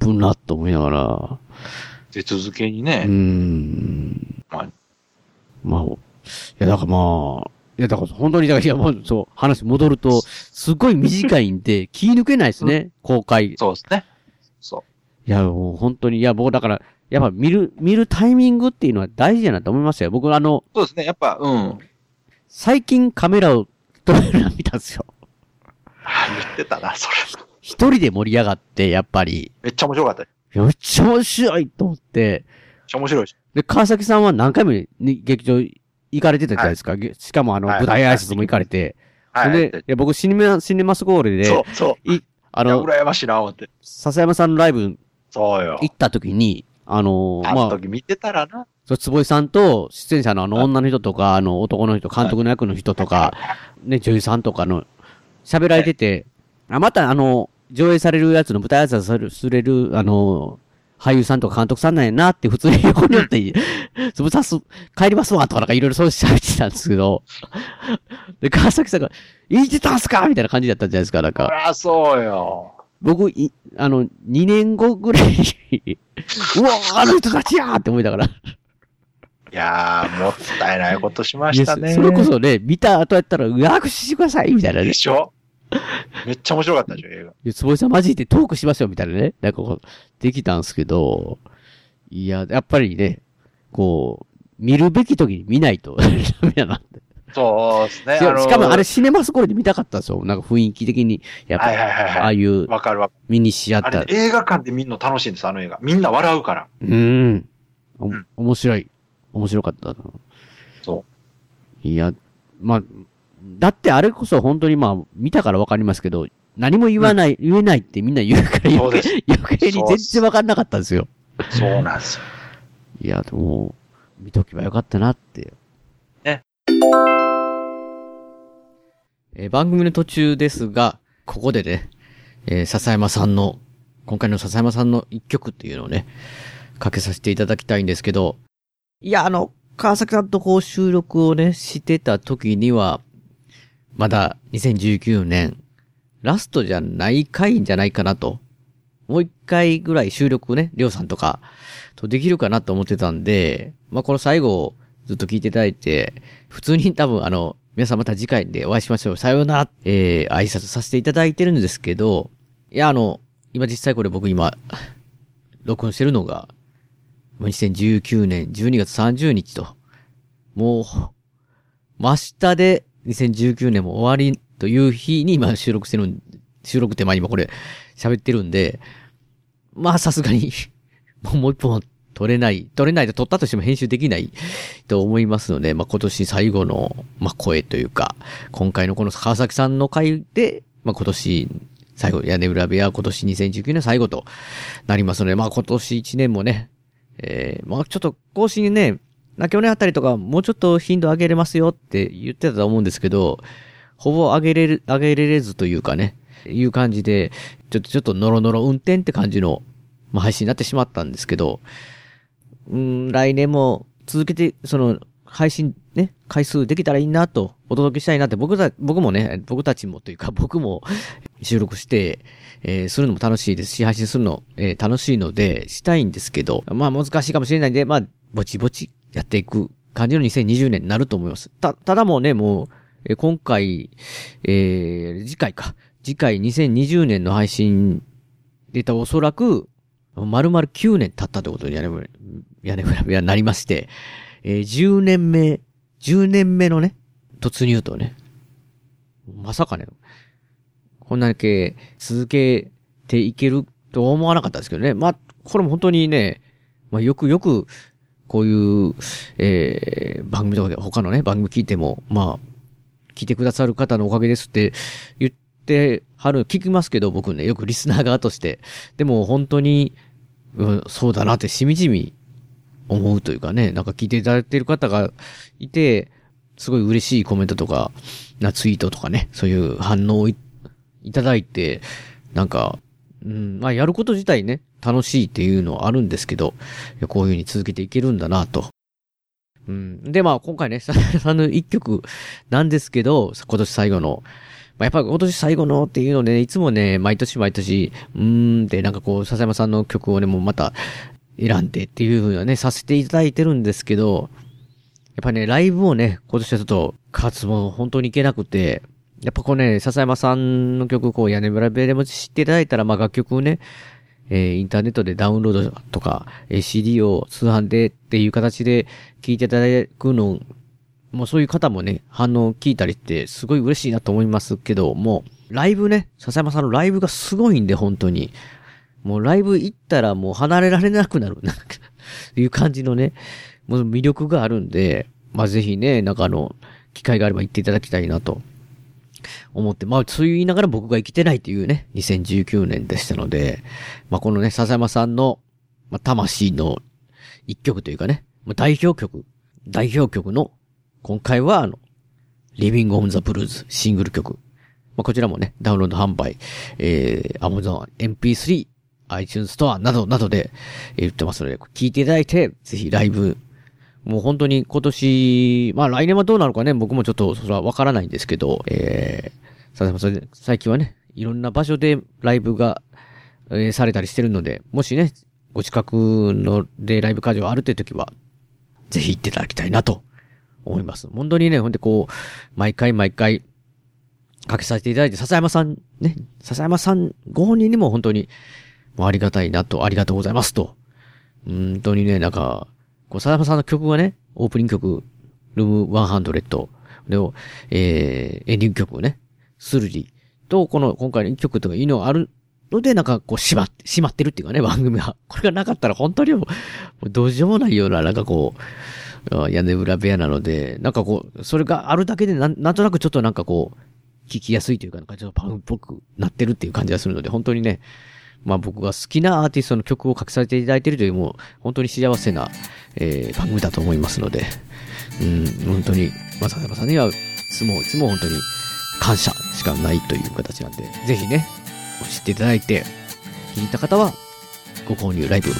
危なと思いながら、
出続けに
う
ね
ー、ん。
まあ
まあ、いや、だからまあ、いや、だから本当に、だから、いや、もう、そう、話戻ると、すごい短いんで、気抜けないですね、公開。い
そうですね。そ
や、もう本当に、いや、僕だから、やっぱ見る、見るタイミングっていうのは大事だなと思いましたよ。僕、あの
う。、そうですね。やっぱ、うん。
最近カメラを撮るのを見たんですよ。
言ってたな、それ。
一人で盛り上がって、やっぱり、
めっちゃ面白かった。めっ
いやめっちゃ面白いと思って、
ちゃ面白いし。
で、川崎さんは何回もに劇場行かれてたじゃないですか。げしかもあの、
はい
舞台挨拶も行かれて。
はい。
で、いや僕シネマ、シネマスゴールで
そ、う、そう。
あ
いや、
の、
羨ましいな、思って。
笹山さんのライブ
そうよ。
行った時に、あのー
あの
まあ
時見てたらな。
そう、坪井さんと出演者のあの
はい
女の人とか、あの男の人、監督の役の人とか、ね、女優さんとかの喋られてて、あまたあの、上映されるやつの舞台挨拶される、すれる、あの、俳優さんとか監督さんなんやなって普通に横にな って、つぶさす、帰りますわとかなんかいろいろそう喋ってたんですけど、で、川崎さんが、言ってたんすかみたいな感じだったんじゃないですか、なん
そり
か。
ゃそうよ。
僕、い、あの、2年後ぐらいに、うわ、あの人たちやーって思いながら。
いやー、もったいないことしました
い
ね。
やそそれこそね、見た後やったら、うわ、握手してくださいみたいなね
で。しょめっちゃ面白かったでしょ、映画。
いや、坪井さんマジでトークしましょうみたいなね。なんかこう、できたんすけど、いや、やっぱりね、こう、見るべき時に見ないと ダメだなって。
そうですね。
しか
の
しかもあれ、シネマスコールで見たかったんですよ。なんか雰囲気的に。やっぱ、
はいはいはいはい
ああいう
わかるわか
ミニシア
る。
タ
あれ
ー、。
映画館で見るの楽しいんです、あの映画。みんな笑うから。
うーん。お
うん
面白い。面白かったな。
そ
いや、まあ、だってあれこそ本当にまあ、見たからわかりますけど、何も言わない、言えないってみんな言うから
そう
余
です
計余計に全然わかんなかったんですよ。
う。そうなんですよ。
いや、でも、見とけばよかったなって。
ね。
えー番組の途中ですが、ここでね、えー笹山さんの、今回の笹山さんの一曲っていうのをね、かけさせていただきたいんですけど、いや、あの、川崎さんとこう収録をね、してた時には、まだ2019年、ラストじゃない回んじゃないかなと。もう一回ぐらい収録をね、りょうさんとか、とできるかなと思ってたんで、まあ、この最後、ずっと聞いていただいて、普通に多分あの、皆さんまた次回でお会いしましょう。さようなら、えー、挨拶させていただいてるんですけど、いや、あの、今実際これ僕今、録音してるのが、まあ2019年12月30日と、もう、真下で2019年も終わりという日に今収録してるん、収録ってまあ今これ喋ってるんで、まあさすがに もうもう一本は取れない、取れないと取ったとしても編集できない と思いますので、まあ、今年最後の、まあ、声というか、今回のこの川崎さんの回で、まあ、今年最後、屋根裏部屋は今年2019年最後となりますので、まあ、今年1年もね、えー、まあ、ちょっと更新ね、な去年あたりとかもうちょっと頻度上げれますよって言ってたと思うんですけど、ほぼ上げれる、上げれれずというかね、いう感じで、ちょっとちょっとノロノロ運転って感じの、まあ、配信になってしまったんですけど、うーん、来年も続けて、その、配信ね、回数できたらいいなと、お届けしたいなって、僕た、僕もね、僕たちもというか、僕も収録して、えーするのも楽しいですし、配信するの、えー楽しいので、したいんですけど、まあ難しいかもしれないんで、まあ、ぼちぼちやっていく感じの2020年になると思います。た、ただもうね、もう、えー今回、えー次回か。次回2020年の配信データおそらく、丸々9年経ったということに屋根裏屋根裏部屋になりまして、えー10年目、10年目のね、突入とね、まさかね、こんだけ続けていけるとは思わなかったですけどね。まあ、これも本当にね、まあ、よくよく、こういう、えー番組とかで、他のね、番組聞いても、まあ、聞いてくださる方のおかげですって言ってはる、聞きますけど、僕ね、よくリスナー側として。でも本当に、うん、そうだなってしみじみ思うというかね、なんか聞いていただいてる方がいて、すごい嬉しいコメントとか、なツイートとかね、そういう反応をいいただいて、なんか、うん、まあやること自体ね、楽しいっていうのはあるんですけど、いやこういうふうに続けていけるんだなと。うん、で、まあ今回ね、さ さんの一曲なんですけど、今年最後の、まあ、やっぱ今年最後のっていうので、ね、いつもね、毎年毎年、うーんってなんかこう、笹山さんの曲をね、もうまた選んでっていうふうにはね、させていただいてるんですけど、やっぱね、ライブをね、今年はちょっと、活も本当に行けなくて、やっぱこうね、笹山さんの曲、こう、屋根裏部屋でも知っていただいたら、まあ楽曲をね、えーインターネットでダウンロードとか、えー CD を通販でっていう形で聴いていただくのもうそういう方もね、反応聞いたりってすごい嬉しいなと思いますけど、もうライブね、笹山さんのライブがすごいんで、本当に。もうライブ行ったらもう離れられなくなる、なんか、いう感じのね、もう魅力があるんで、まあぜひね、なんかあの、機会があれば行っていただきたいなと思って、まあそう言いながら僕が生きてないというね、2019年でしたので、まあこのね、笹山さんの、まあ魂の一曲というかね、まあ代表曲、代表曲の今回は、あの、リビングオンザブルーズシングル曲。まあ、こちらもね、ダウンロード販売、えー、Amazon MP3、iTunes ストアなどなどで、えー売ってますので、聞いていただいて、ぜひライブ、もう本当に今年、まあ来年はどうなのかね、僕もちょっとそれはわからないんですけど、えー、さささ最近はね、いろんな場所でライブが、えーされたりしてるので、もしね、ご近くのでライブ会場あるという時は、ぜひ行っていただきたいなと思います。本当にね、ほんでこう、毎回毎回、かけさせていただいて、笹山さん、ね、笹山さんご本人にも本当に、もうありがたいなと、ありがとうございますと。本当にね、なんか、こう、さだまさんの曲はね、オープニング曲、ルーム100、でを、えー、エンディング曲をね、スルリと、この、今回の曲とかいうのがあるので、なんか、こう、しまって、しまってるっていうかね、番組は。これがな かったら、本当にもう、もうどうしようもないような、なんかこう、あ屋根裏部屋なので、なんかこう、それがあるだけでなん、なんとなくちょっとなんかこう、聞きやすいというか、なんかちょっとパンっぽくなってるっていう感じがするので、本当にね、まあ僕が好きなアーティストの曲を書きさせていただいているという、もう本当に幸せな、えー番組だと思いますので、うん、本当に、まさまさんには、いつもいつも本当に感謝しかないという形なんで、ぜひね、知っていただいて、聞いた方は、ご購入ライブ、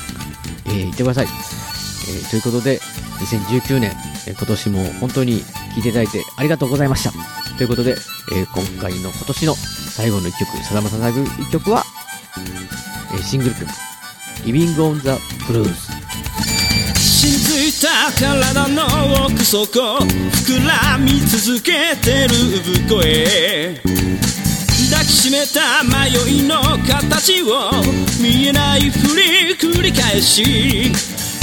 えー行ってください。えーということで、2019年、えー今年も本当に聞いていただいてありがとうございました。ということで、えー今回の今年の最後の一曲、さだまさん最後の一曲は、えーシングル曲、Living on the Blues。
沈んだ体の奥底膨らみ続けてる産声抱きしめた迷いの形を見えないふり繰り返し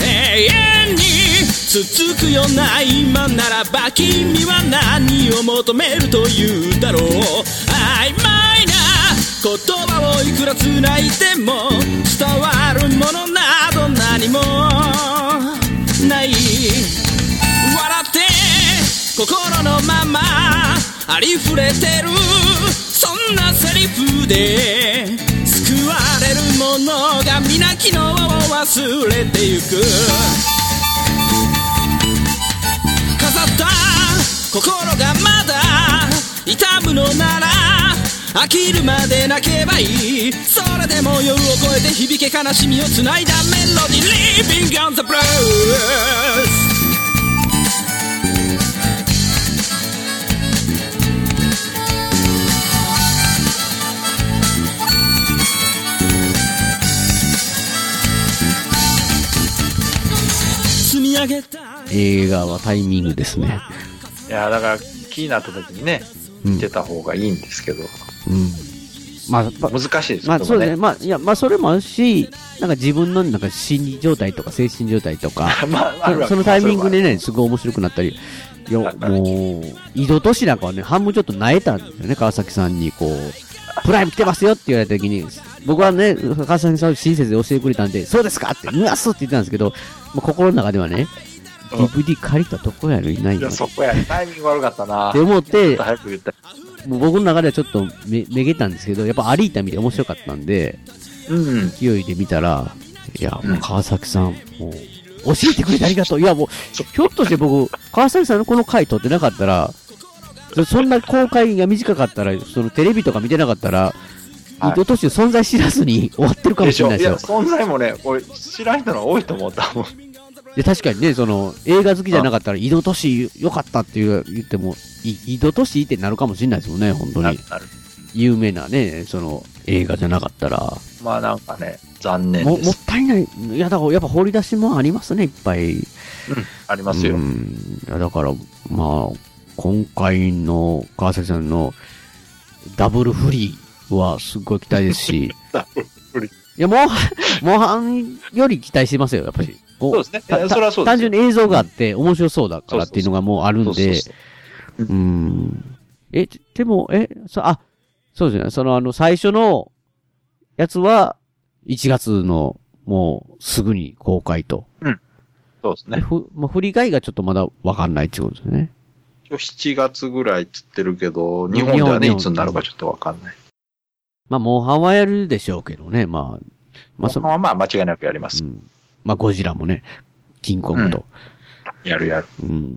永遠に続くような今ならば君は何を求めるというだろう曖昧な言葉をいくら繋いでも伝わるものなど何もない笑って心のままありふれてるそんなセリフで救われるものが皆昨日を忘れてゆく飾った心がまだ痛むのなら飽きるまで泣けばいいそれでも夜を越えて響け悲しみをつないだメロディー Living on the Blues 積み上げた
映画はタイミングですね。
いや、だから、気になった時にね、
うん
見てた方がいいんですけど、
うん。まあ、ま
難しいです
まあ、そうですね。
ね。
まあ、いや、まあ、それもあるし、なんか自分の、なんか心理状態とか精神状態とか、
まあ、あるわけ
そのタイミングでね、すごい面白くなったり、いや、もう、井戸都市なんかはね、半分ちょっと萎えたんですよね、川崎さんに、こう、プライム来てますよって言われた時に、僕はね、川崎さんを親切で教えてくれたんで、そうですかって、うわっそうって言ってたんですけど、まあ、心の中ではね、
うん
DVD 借りたとこやのいない
い
んだ
や、
っ
そこや、タイミング悪かったな。
て思っ
ちょってと、早く言った。
もう僕の中ではちょっとめめげたんですけど、やっぱアリータ見て面白かったんで、
うん。
勢いで見たら、いや、もう川崎さん、もう、教えてくれてありがとう。いや、もう、ひょっとして僕、川崎さんのこの回撮ってなかったら、そそんな公開が短かったら、そのテレビとか見てなかったら、
はい
伊藤俊存在知らずに終わってるかも
で
し
し
れ
ょ
ない
い
です
や、
よ。
存在もね、俺、知らん人の方が多いと思ったもん。
で確かにね、その、映画好きじゃなかったら、伊藤俊良かったっていう言っても、い伊藤俊ってなるかもしれないですもんね、本当
なる
に。
なる。
有名なね、その、映画じゃなかったら。
まあ、なんかね、残念
も
で
もっ
す。
たいない。いや、だからやっぱ掘り出しもありますね、いっぱい。
ありますよ。
うんいやだから、まあ、今回の川崎さんのダブルフリーはすごい期待ですし、
ダブルフリー
いや、もう、もう半より期待してますよ、やっぱり。こ
そうですね。い
た
やそれはそうです。
単純に映像があって面白そうだからっていうのがもうあるん
そうそう
で、
そう
うん。え、でも、え、そあ、そうですね、そのあの、最初のやつは、1月のもうすぐに公開と。
そうですね。
ふまあ、振り返りがちょっとまだわかんないってことですね。
今日7月ぐらいっつってるけど、日本では
日
ね、い
本
つになるかちょっとわかんない。
まあ、モンハンはやるでしょうけどね。まあ、まあ、そ
まあ、まあ、間違いなくやります
う。ん、まあ、ゴジラもね、キングコングと。
やるやる。
うん。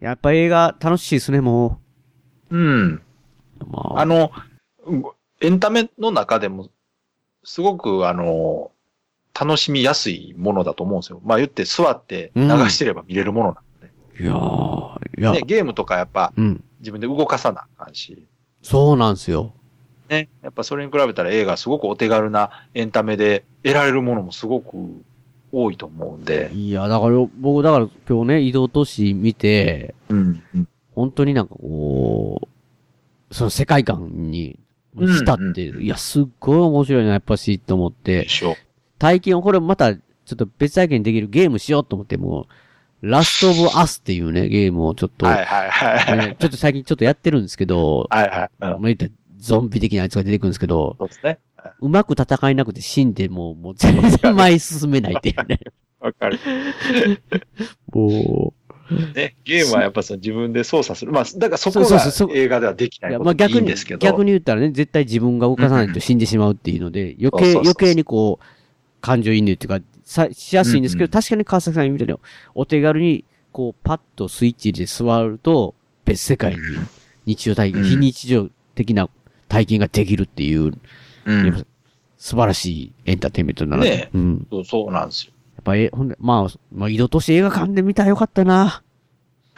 やっぱ映画楽しいですね、も
うん。
う。まあ、
あの、うんエンタメの中でも、すごく、あの、楽しみやすいものだと思うんですよ。まあ言って座って流してれば見れるものなんで。
いやー、いや、
ね、ゲームとかやっぱ
うん。
自分で動かさなあかんし、
そうなんですよ。
ね。やっぱそれに比べたら映画すごくお手軽なエンタメで得られるものもすごく多いと思うんで。
いや、だから僕、だから今日ね、移動都市見て、
うん。うん
本当になんかこう、その世界観にしたって、
うんうん
いや、すっごい面白いな、やっぱし、と思って
で、しょ。
体験をこれまた、ちょっと別体験できるゲームしようと思って、もう、ラストオブアスっていうね、ゲームをちょっと、
はいはいはい。
ねちょっと最近ちょっとやってるんですけ ど、
はいはい。うん
まあ言ったらゾンビ的なやつが出てくるんですけど、
そうですね。
うまく戦えなくて死んでもう、もう全然前進めないっていう ね。
わかる。
も
ね、ゲームはやっぱその自分で操作する。まあ、だからそこ
そうそうそうそ
が
う
映画ではでき
う、
ないい
や
こ
まあ
とでい
逆
いん
に
ですけ、ど。
逆に言ったらね、絶対自分が動かさないと死んでしまうっていうの で、余計、
そうそうそうそう
余計にこう、感情移入っていうか、さしやすいんですけど、
うんうん
確かに川崎さん言うみたいに、お手軽に、こう、パッとスイッチで座ると、別世界に日常体験、
うん
非日常的な体験ができるっていう、
うん
やっぱ素晴らしいエンターテインメントだなと。
ねえ
うん。
そうそうなんですよ。
やっぱえ、ほんで、まあ、まあ、移動都市映画館で見たらよかったな。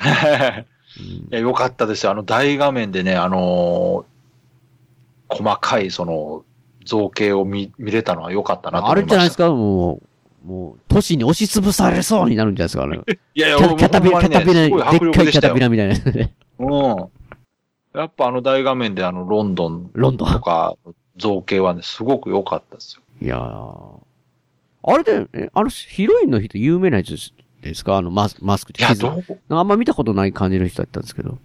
うん
いや、良かったですよ。あの大画面でね、あのー細かいその造形を見見れたのは良かったなと
あ
思い
るんじ
ました。
ゃないですか、もう、もう、都市に押しつぶされそうになるんじゃないですか、ね、
いやい
キ
や、
ャ
俺
キャタピラ、
ほん
キ
ま
ャタ
にね
ピラ、
すごい
でっ
迫
か
力
いキ
でし
ャ
た
タピ
よ。
ラみたいなやつね。
うん。やっぱあの大画面であのロンドン
ロンド
と
ン。
か造形はね、すごく良かったですよ。
いやーあれで、えあの、ヒロインの人、有名な人ですかあの、マスマスクっ
い
て。
や、
傷
どう、
あんま見たことない感じの人だったんですけど。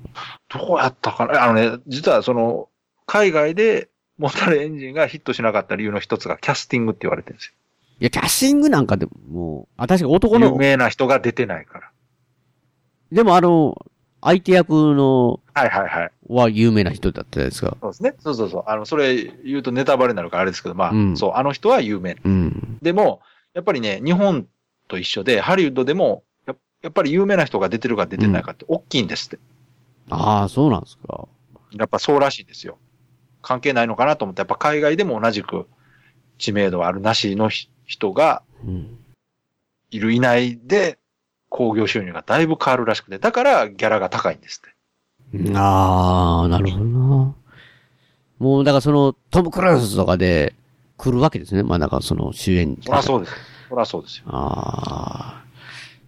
どうやったかなあのね、実はその、海外で、モータルエンジンがヒットしなかった理由の一つがキャスティングって言われてるんですよ。
いや、キャッシングなんかでも、もう、あ、確か男
有
の、
名な人が出てないから。
でもあの、相手役の、
はいはいはい。
は有名な人だったじゃないですか。
そうですね。そうそうそう。あの、それ言うとネタバレになるからあれですけど、まあ、
うん
そう、あの人は有名。
うん。
でも、やっぱりね、日本と一緒で、ハリウッドでも、ややっぱり有名な人が出てるか出てないかって大きいんですって。
ああ、そうなんですか。
やっぱそうらしいですよ。関係ないのかなと思って、やっぱ海外でも同じく知名度あるなしのひ人が
うん。
いるいないで、興行収入がだいぶ変わるらしくて、だからギャラが高いんですって。
ああ、なるほどな。もう、だからその、トム・クルーズとかで来るわけですね。まあ、だからその主演
そら
う。
そうです。そらそうですよ。
ああ。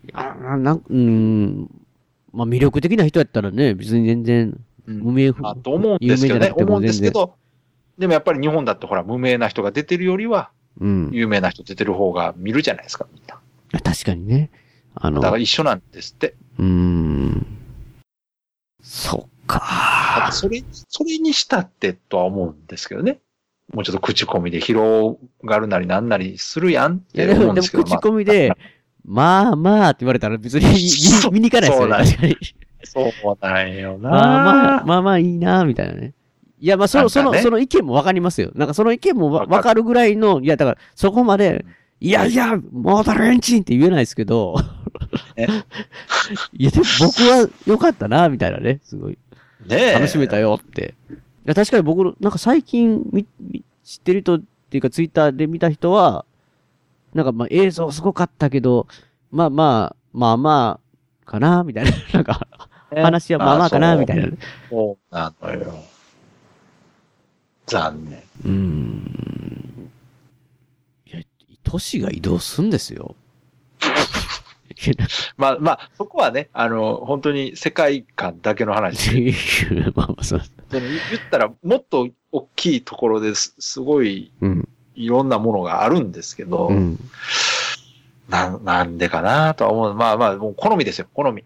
いや、ななん、うん。まあ、魅力的な人やったらね、別に全然、
うん
無名不、
あと思うんですけど
有名じゃ
ね
な。くて
思
も
うん
全
ですけ
然。
ど、でもやっぱり日本だってほら、無名な人が出てるよりは、
うん。
有名な人出てる方が見るじゃないですか、みんな。
確かにね。あの、
だから
う
一緒なんですって。
ーん。そっ
た
か
だ。それ、それにしたってとは思うんですけどね。もうちょっと口コミで広がるなりなんなりするやんっ
いや、
て
で
思う
も、
ん
で
で
も
すけど、
口
まあ、
コミで、まあまあって言われたら別に見に見に行かないですよね。確かに。
そうなんよな。
まあまあ、
あ、
まあまあいいな、みたいなね。いや、まあその、
なん
そ
か
の、
ね
その意見もわかりますよ。なんかその意見もわ
わかる
わかるぐらいの、いや、だからそこまで、いやいや、モータルエンジンって言えないですけど
え、
いや、でも僕は良かったな、みたいなね。すごい。
ねえ
楽しめたよって。いや、確かに僕の、なんか最近み、み知ってる人っていうかツイッターで見た人は、なんかまあ映像すごかったけど、まあまあ、まあまあ、かな、みたいな。 なんか、
ね
話はまあまあかな、
そう
みたいな。
そうなのよ。残念。
うーん。いや、都市が移動すんですよ。いや
まあまあ、そこはね、あの、本当に世界観だけ の話。
まあまあ、そう。
でも言ったら、もっと大きいところですすごい
うん。
いろんなものがあるんですけど、
うん。
ななんでかなとは思う。まあまあ、もう好みですよ、好み。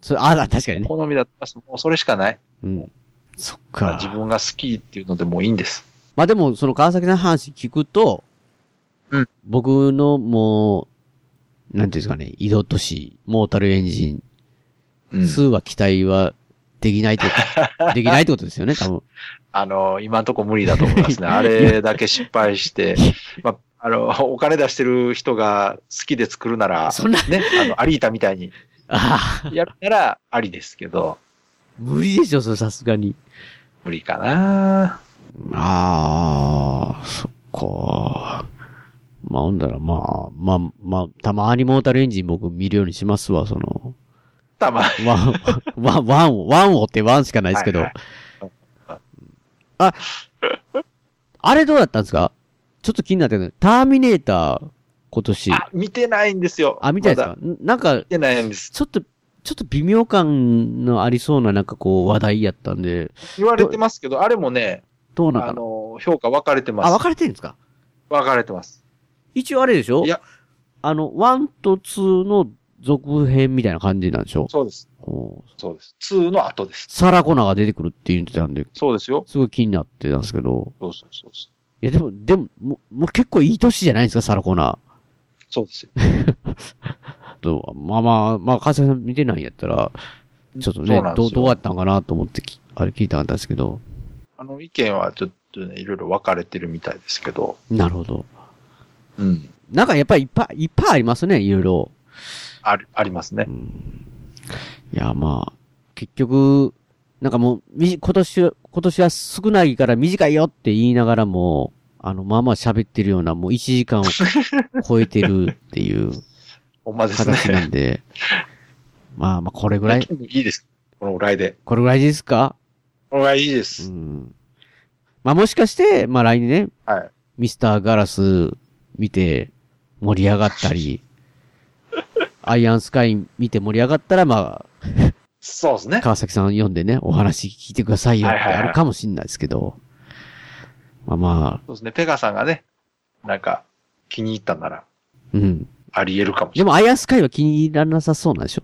それあら、確かにね。
好みだったら、もうそれしかない。
うん。そっ
まあ
か。
自分が好きっていうのでもういいんです。
まあでも、その川崎さんの話聞くと、
うん
僕のもう、なんていうんですかね、移動都市、モータルエンジン、
うん
数は期待はできないっ てこと、できないってことですよね、多分。
あの、今のとこ無理だと思 いますね。あれだけ失敗して、まあ、あの、お金出してる人が好きで作るなら、
そんな、
ね、あの、アリータみたいに
ああ、
やるならありですけど、
無理でしょ、それさすがに。
無理かな
ああ、そっか。まあ、ほんだら、まあ、まあ、まあ、たまにモータルエンジン僕見るようにしますわ、その、
たま
ワン、ワン、ワンを、ワンをってワンしかないですけど
はい。
あ、あれどうだったんですかちょっと気になってるターミネーター今年。
あ、見てないんですよ。
あ、見たいです
まだ
かんなんか
見、てないんです。
ちょっと、ちょっと微妙感のありそうななんかこう話題やったんで、
言われてますけど、あれもね、
どうなの
あ
かな
の、評価分かれてます。
あ、分かれてるんですか
分かれてます。
一応あれでしょ
いや
あの、1と2の続編みたいな感じなんでしょ
そうです。
おー
そうです。2の後です。
サラコナーが出てくるって言ってたんで、
そうですよ。
すごい気になってたんですけど。
そうそうそうそ
いや、でも、でも、もうもう結構いい年じゃないですか、サラコナ
う。そうですよ。
ー。とまあまあ、まあ、川崎さん見てないんやったら、ちょっとね
そうなん、です
どう
よ
どうやったんかなと思ってき、あれ聞いたかったんですけど。
あの、意見はちょっとね、いろいろ分かれてるみたいですけど。
なるほど。
うん。
なんかやっぱりいっぱい、いっぱいありますね、いろいろ。
ある、ありますね。
いや、まあ、結局、なんかもう、みじ今年は、今年は少ないから短いよって言いながらも、あの、まあまあ喋ってるような、もう1時間を超えてるって いう
ほんまです
形な
ね。
んで、まあまあ、これぐらい、
いいです。このぐらいで。
これぐらいですか
このぐらいいいで
う
す。
ん。まあもしかして、まあ来年ね、
はい。
ミスターガラス見て盛り上がった り、アイアンスカイ見て盛り上がったら、ま
そうです
あ、
ね。
川崎さん読んでね、お話聞いてくださいよってあるかもしれないですけど、まあま
そうですね。ペガさんがね、なんか、気に入ったんなら、
あ、うん。
あり得るかもしれ
でも、アイアンスカイは気に入らなさそうなんで しょ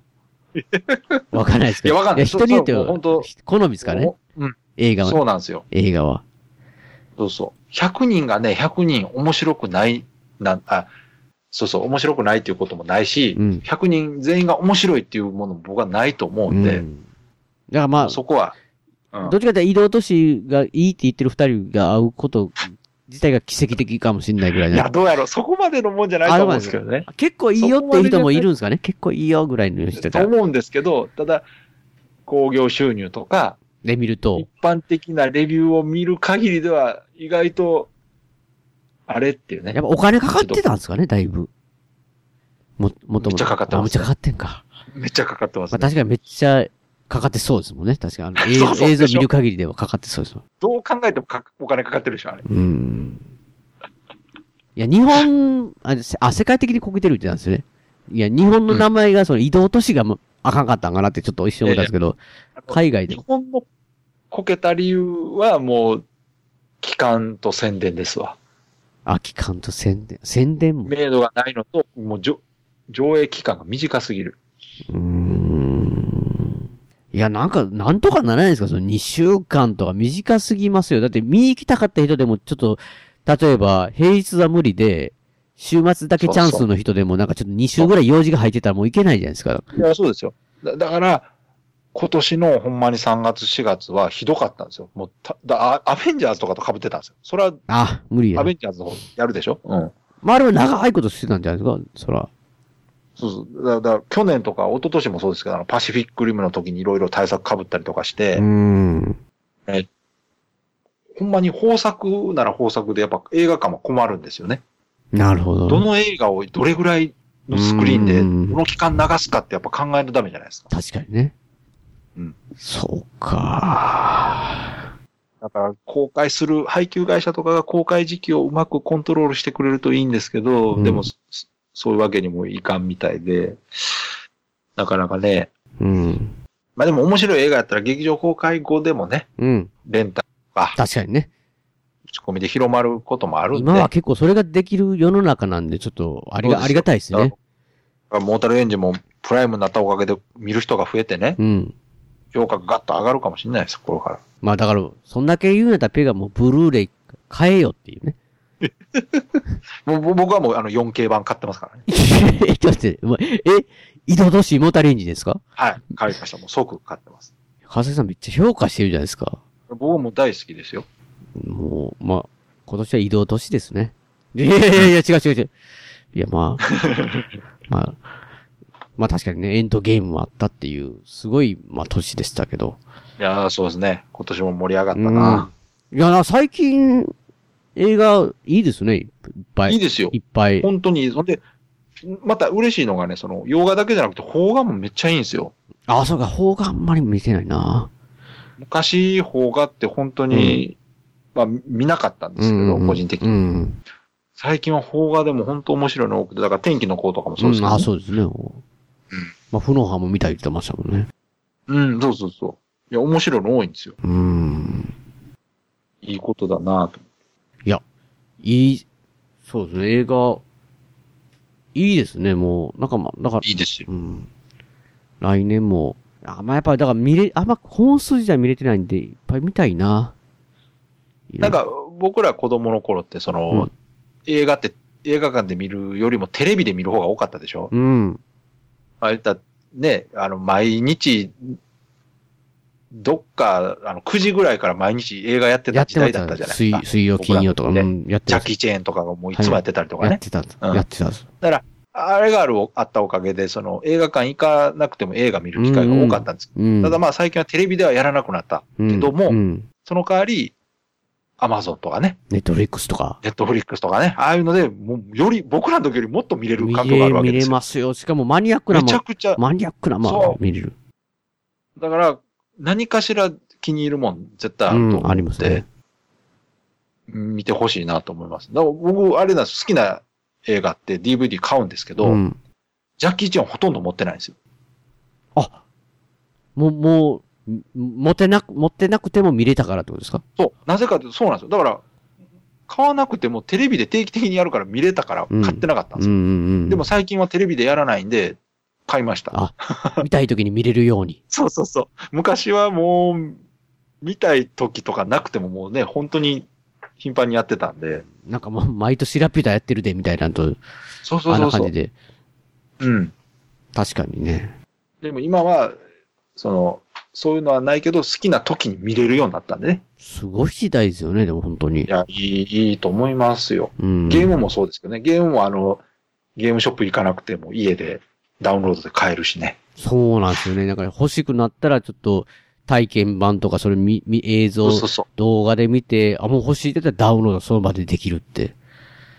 わかんないですけど。
いやわかんない
人によって
そうそうもう本当
好みですか
な
ら
い。
ね、
うん。
映画
そ
は。
うなんですよ。
映画は。
そうそう。100人がね、100人面白くない、なん、あ、そうそう、面白くないっていうこともないし
う、ん。
100人全員が面白いっていうものも僕はないと思うんで、
うんだからまあ、
そこは、うん
どっちかというと移動都市がいいって言ってる二人が会うこと自体が奇跡的かもしれないぐらい
いや、
な。
どうやろう、そこまでのもんじゃないと思うんですけどね。
結構いいよっていう人もいるんですかね結構いいよぐらいの人
と
が。
思うんですけど、ただ、興行収入とか、
で見ると
一、般的なレビューを見る限りでは、意外と、あれっていうね
やっ。ぱお金かかってたんですかねだいぶ。も、もともと。
めっちゃかかってます
あめっちゃかかってんか。
めっちゃかかってます
まあ
ね、
確かにめっちゃかかってそうですもんね。確 かに。あの映
そうそう
映像
でし
見
ょ
る限りではかかってそうですもん。
どう考えてもかお金かかってるでしょ、あれ。
うん。いや、日本、あ、せあ世界的にこけてるってなんですよね。いや、日本の名前が、その移動都市がもうあかんかったんかなってちょっと一瞬思ったんですけど、海外で
日。本のこけた理由はもう、期間と宣伝ですわ。
あ、期間と宣伝。宣伝も。
明度がないのと、もうじょ上映期間が短すぎる。
うーん。いや、なんか、なんとかならないですかその2週間とか短すぎますよ。だって見に行きたかった人でも、ちょっと、例えば、平日は無理で、週末だけチャンスの人でも、なんかちょっと2週ぐらい用事が入ってたらもう行けないじゃないですか。
いや、そうですよ。だだから、今年のほんまに3月、4月はひどかったんですよ。もうただア、アベンジャーズとかと被ってたんですよ。それは、
あ、無理や
ア。ベンジャーズの方やるでしょうん。
まあ、あれは長いことしてたんじゃないですかそら。
そうそう。だだから、去年とか一昨年もそうですけど、あのパシフィックリムの時にいろいろ対策被ったりとかして、
ん。
ほんまに豊作なら豊作で、やっぱ映画館も困るんですよね。
なるほど。
どの映画をどれぐらいのスクリーンで、
うん
この期間流すかってやっぱ考えるためじゃないですか。
確かにね。
うん。
そうか。
だから、公開する、配給会社とかが公開時期をうまくコントロールしてくれるといいんですけど、
うん
でも、そそういうわけにもいかんみたいで、なかなかね、
うん。
まあでも面白い映画やったら劇場公開後でもね、
うん。
レンタルとか、
確かにね。
口コミで広まることもあるんで、
今は結構それができる世の中なんで、ちょっとありが、
そうですよ
ありがたいですね。
だからモータルエンジンもプライムになったおかげで見る人が増えてね、
うん。
評価がガッと上がるかもしれないです、これから。
まあだから、そんだけ言うんやったらペガもうブルーレイ買えよっていう ね。
もうぼ僕はもうあの 4K 版買ってますからね。
え、ちょっと待って、お前え、移動都市モータレンジですか
はい、買いました。もう即買ってます。
川崎さんめっちゃ評価してるじゃないですか。
僕はもう大好きですよ。
もう、まあ、今年は移動都市です ね。いやいやいや、違う違う違う。いや、まあ、 まあ、まあ確かにね、エンドゲームもあったっていう、すごい、まあ年でしたけど。
いやーそうですね。今年も盛り上がったな。
いや、最近、映画、いいですね、いっぱい。
いいですよ
い。っぱい。
本当に、そんで、また嬉しいのがね、その、洋画だけじゃなくて、邦画もめっちゃいいんですよ。
あ、そうか、邦画あんまり見てないな。
昔、邦画って本当に、まあ、見なかったんですけど、個人的に。
うん。
最近は邦画でも本当面白いの多くて、だから天気の子とかもそうですけ
ん、
ど、ね
あ、そうですね。まあ、フノハも見たいって言ってましたもんね。
うん、そうそうそう。いや、面白いの多いんですよ。
うーん。
いいことだなと。
いい、そうですね、映画、いいですね、もう。なんかまあ、だから、
いいですよ。
うん。来年も、あ、まあ、やっぱり、だから見れ、あんま本数自体見れてないんで、いっぱい見たいな。
なん、か、僕ら子供の頃って、その、
うん
映画って、映画館で見るよりもテレビで見る方が多かったでしょ、
うん。
あれだ、ね、あの、毎日、どっか、あの、9時ぐらいから毎日映画やって
や
た
って
時
ま
代
し
だったじゃ
た。
ない
水
ですか。
水曜、金曜とか、
僕ら
う
ね
ん、やって
ジ
ま
ャッ
し
キー・チェーンとかがもういつもやってたりと
た。
か
やっ
ね。
てたんです。
うん
やってたんです。
あれがあるあったおかげで、その映画館行かなくても映画見る機会が多かったんですけ
うん。
ど、ただまあ最近はテレビではやらなくなった。
うん、
けども
うん。
その代わり、アマゾンとかね、
ネットフリックスとか。
ネットフリックスとかね、ああいうので、もうより、僕らの時よりもっと見れる
見
環境があ
れ
るわけ
見
で
れ
すよ。
ますよ。しかもマニアックな
め
も
ちゃ
ん。
くちゃ、
マニアックなも
そ
ん見れる。
だから、何かしら気に入るもん、絶対あ
う
ると
ん、あり
思
ま
っ
す
て
ね。、
見てほしいなと思います。だから僕、あれなんです、好きな映画って DVD 買うんですけど、
ん。
ジャッキー・チェンほとんど持ってないんですよ。
あ、もう、もう、ん持ってなく、持ってなくても見れたからってことですか
そう。なぜかというと、そうなんですよ。だから、買わなくてもテレビで定期的にやるから見れたから
うん
買ってなかったん
うん
です
う
よ。
んうん。
でも、最近はテレビでやらないんで、買いました。
あ、見たい時に見れるように。
そうそうそう。昔はもう、見たい時とかなくてももうね、本当に頻繁にやってたんで。
なんかもう、毎年ラピュタやってるで、みたいなんと、
そうそう
あん
そう
な
そ
感
う
じ。で。
うん。
確かにね。
でも今は、その、そういうのはないけど、好きな時に見れるようになったんでね。
すごい時代ですよね、でも本当に
い。や、いい、いいと思いますよ。
うん。
ゲームもそうですけどね。ゲームもあの、ゲームショップ行かなくても家でダウンロードで買えるしね。
そうなんですよね。だから欲しくなったら、ちょっと、体験版とか、それ見、見、映像、
そうそうそ
動画で見て、あ、もう欲しいって言ったらダウンロードその場でできるって。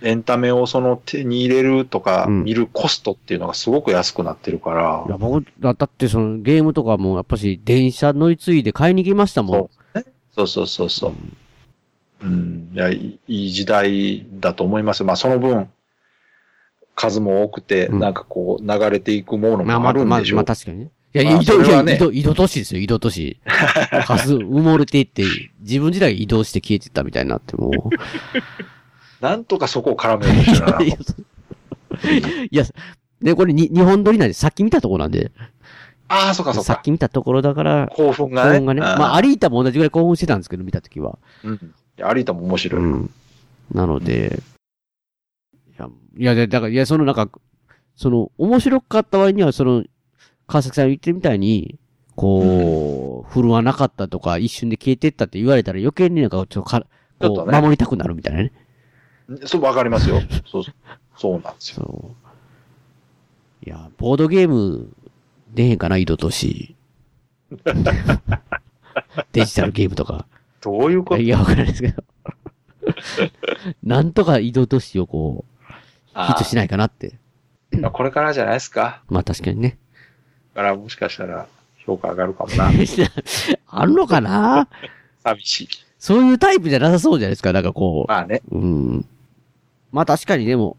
う。エンタメをその手に入れるとか、
うん
見るコストっていうのがすごく安くなってるから
い。や、僕、だだってそのゲームとかも、やっぱし電車乗り継いで買いに行きましたもん。
そうそうそうそう。うん、いや、いいいい時代だと思いますよ。まあその分、数も多くて、
うん
なんかこう流れていくもの
まあま
も
あ、
あるん
まあ、
でしょ
ま
う
あ、。確かにね。いや、
まあ
移動、
それはい
や
ね
移動、移動都市ですよ、移動都 市。数埋もれていって、自分自体が移動して消えてったみたいになって、もう。
なんとかそこを絡めようとし てるな。
いやいや、ね、これに、日本撮りなんで、さっき見たところなんで、
ああ、そっかそっ
さっ
か。
き見たところだから、
興奮
興
がね。
奮がね、
あー
まあ、アリータも同じぐらい興奮してたんですけど、見たときは。
うん。いや、有田も面白い。
うん。なので、いや、いや、でだから、いや、そのなんか、その、面白かった割には、その、川崎さんが言ってるみたいに、こう、振るわなかったとか、一瞬で消えてったって言われたら余計になんか、ちょっとか、
ちょっ
ことう、
ね
守りたくなるみたいなね。
そう、わかりますよ。そう、そうなんですよ。
そう。いや、ボードゲーム、出へんかな、井戸と し。デジタルゲームとか。
どういうこと
いや、わからないですけど。 なんとか移動都市をこう、ヒットしないかなって。
あーこれからじゃないですか。
まあ確かにね。
だからもしかしたら評価上がるかもな。
あるのかな
寂しい。
そういうタイプじゃなさそうじゃないですか。なんかこ
まあね。
う。うん。まあ確かにでも、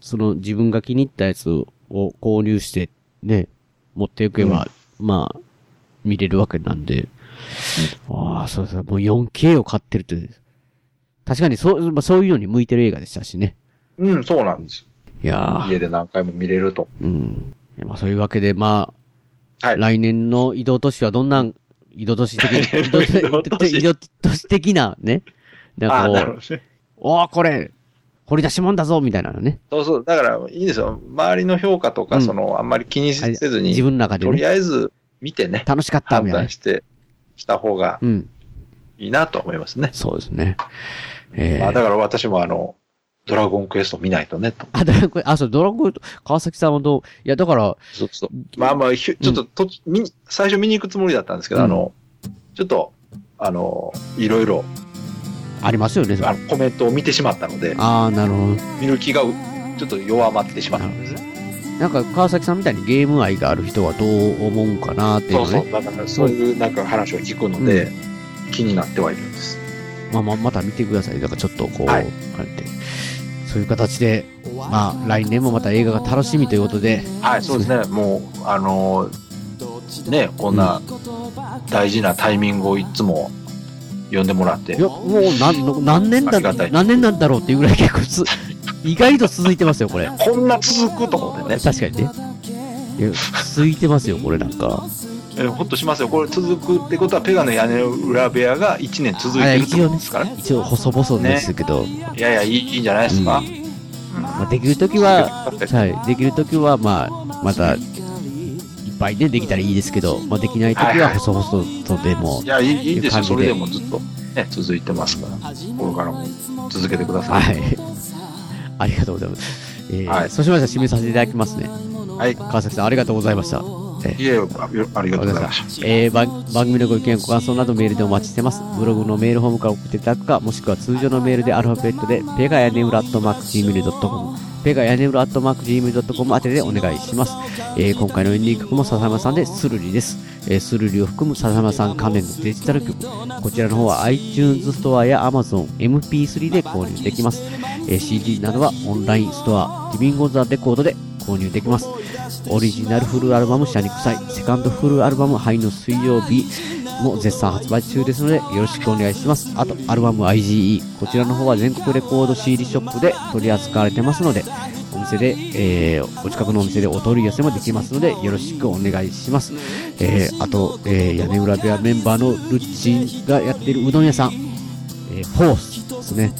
その自分が気に入ったやつを購入して、ね、持っていけば、まあ、見れるわけなんで。ああ、そうそう。もう 4K を買ってるって。確かにそう、まあそういうのに向いてる映画でしたしね。
うん、そうなんですよ。
いやー。
家で何回も見れると。
うん。まあ、そういうわけで、まあ、
はい
来年の移動都市はどんな移動都市的、移動
移動都市
移動都市的なね、
あ
な
あ、
ん
な
か
る
こ
ほ
う、
どね。
おお、これ、掘り出しもんだぞ、みたいなのね。
そうそう。だから、いいですよ。周りの評価と
う
か、
ん
その、あんまり気にせず
自
に、
分の中で
とり
ね、
あえず見てね、
楽しかった
判
みたいな
断。して、した方が
うん、
いいなと思いますね。
そうですね。え
まあ、
ー、
だから私もあの、ドラゴンクエスト見ないとね、と。
あ、ドラゴン、あ、そう、ドラゴン、川崎さんはどう、いや、だから、
そうそう。まあまあ、ひゅちょっとと、見に最初見に行くつもりだったんですけど、
うん
あの、ちょっと、あの、いろいろ、
ありますよね、それ
あのコメントを見てしまったので、
ああ、なるほど。
見る気がうちょっと弱まってしまったんですね。
なんか、川崎さんみたいにゲーム愛がある人はどう思うんかなっていう
そ
のね。
うそう、だからそういうなんか話を聞くので、気になってはいるんです。
まあまあ、また見てください。だからちょっとこう、
はい
あれで。そういう形で、まあ、来年もまた映画が楽しみということで、
はい、そうですね。もう、あのーね、こんな大事なタイミングをいつも呼んでもらって
い、や、もう何、何年
ありがた
だ、
い
何年なんだろうっていうぐらい結構つ、意外と続いてますよ、これ。
こんな続くとこでね、
確かにね。いや続いてますよ、これなんか。
えーほっとしますよ。これ続くってことは、ペガの屋根裏部屋が1年続い
あ
てるって
一
こ
応
と
ね
ですからね。、
一応細々ですけど、
いやいや、いいいいんじゃないですか。
うんまあ、できるときは、はい、できるときは、まあ、また、いっぱいね、できたらいいですけど、まあ、できないときは細々とでも
い、や、いいいいです
いう感
よ。
じで
それでもずっと、ね、続いてますから、これからも続けてくださ。
はいい。ありがとうございます。えー
はい
そうしましたら締めさせていただきますね。
はい。
川崎さん、ありがとうございました。えー
いえ、あよありがとうございました。
えー番番組のご意見、ご感想などメールでお待ちしてます。ブログのメールフォームから送っていただくか、もしくは通常のメールでアルファベットで、ペガヤネウラットマーク Gmail.com、ペガヤネウラットマーク Gmail.com 宛てでお願いします。えー今回のエンディング曲も笹山さんでスルリです。えースルリを含む笹山さん関連のデジタル曲、こちらの方は iTunes ストアや Amazon、MP3 で購入できます。えー CD などはオンラインストア、リビングオンザレコードで購入できます。オリジナルフルアルバム「シャニクサイ」セカンドフルアルバム「灰の水曜日」も絶賛発売中ですのでよろしくお願いしますあとアルバム IGE こちらの方は全国レコード CD ショップで取り扱われてますのでお店で、えーお近くのお店でお取り寄せもできますのでよろしくお願いします、えーあと、えー屋根裏部屋メンバーのルッチンがやってるうどん屋さんえーフォースですね、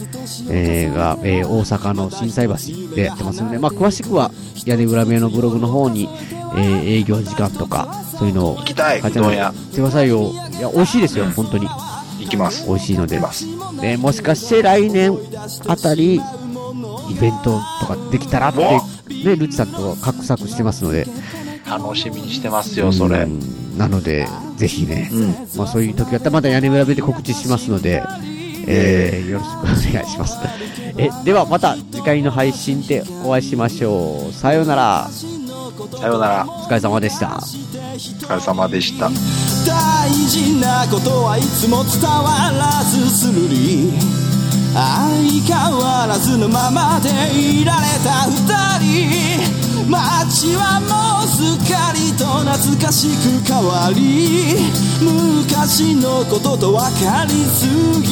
えーが、えー大阪の心斎橋でやってますので、まあ、詳しくは屋根裏部屋のブログの方に、えー営業時間とかそういうのを
行きたい、う
書いて
ど
あ
ん
る
屋。
てくださいよいや美味しいですよ本当に
行きます。
美味しいので
行きます。
でもしかして来年あたりイベントとかできたらって、ね、ルチさんと画策してますので
楽しみにしてますよ、それ
う。んなのでぜひね、
うん。
まあ、そういう時だったらまた屋根裏部で告知しますので、えーよろしくお願いします。え、ではまた次回の配信でお会いしましょう。さようなら。
さようなら。
お疲れ様でした。
お疲れ様でした。
大事なことはいつも伝わらずするり相変わらずのままでいられた二人街はもうすっかりと懐かしく変わり昔のことと分かりす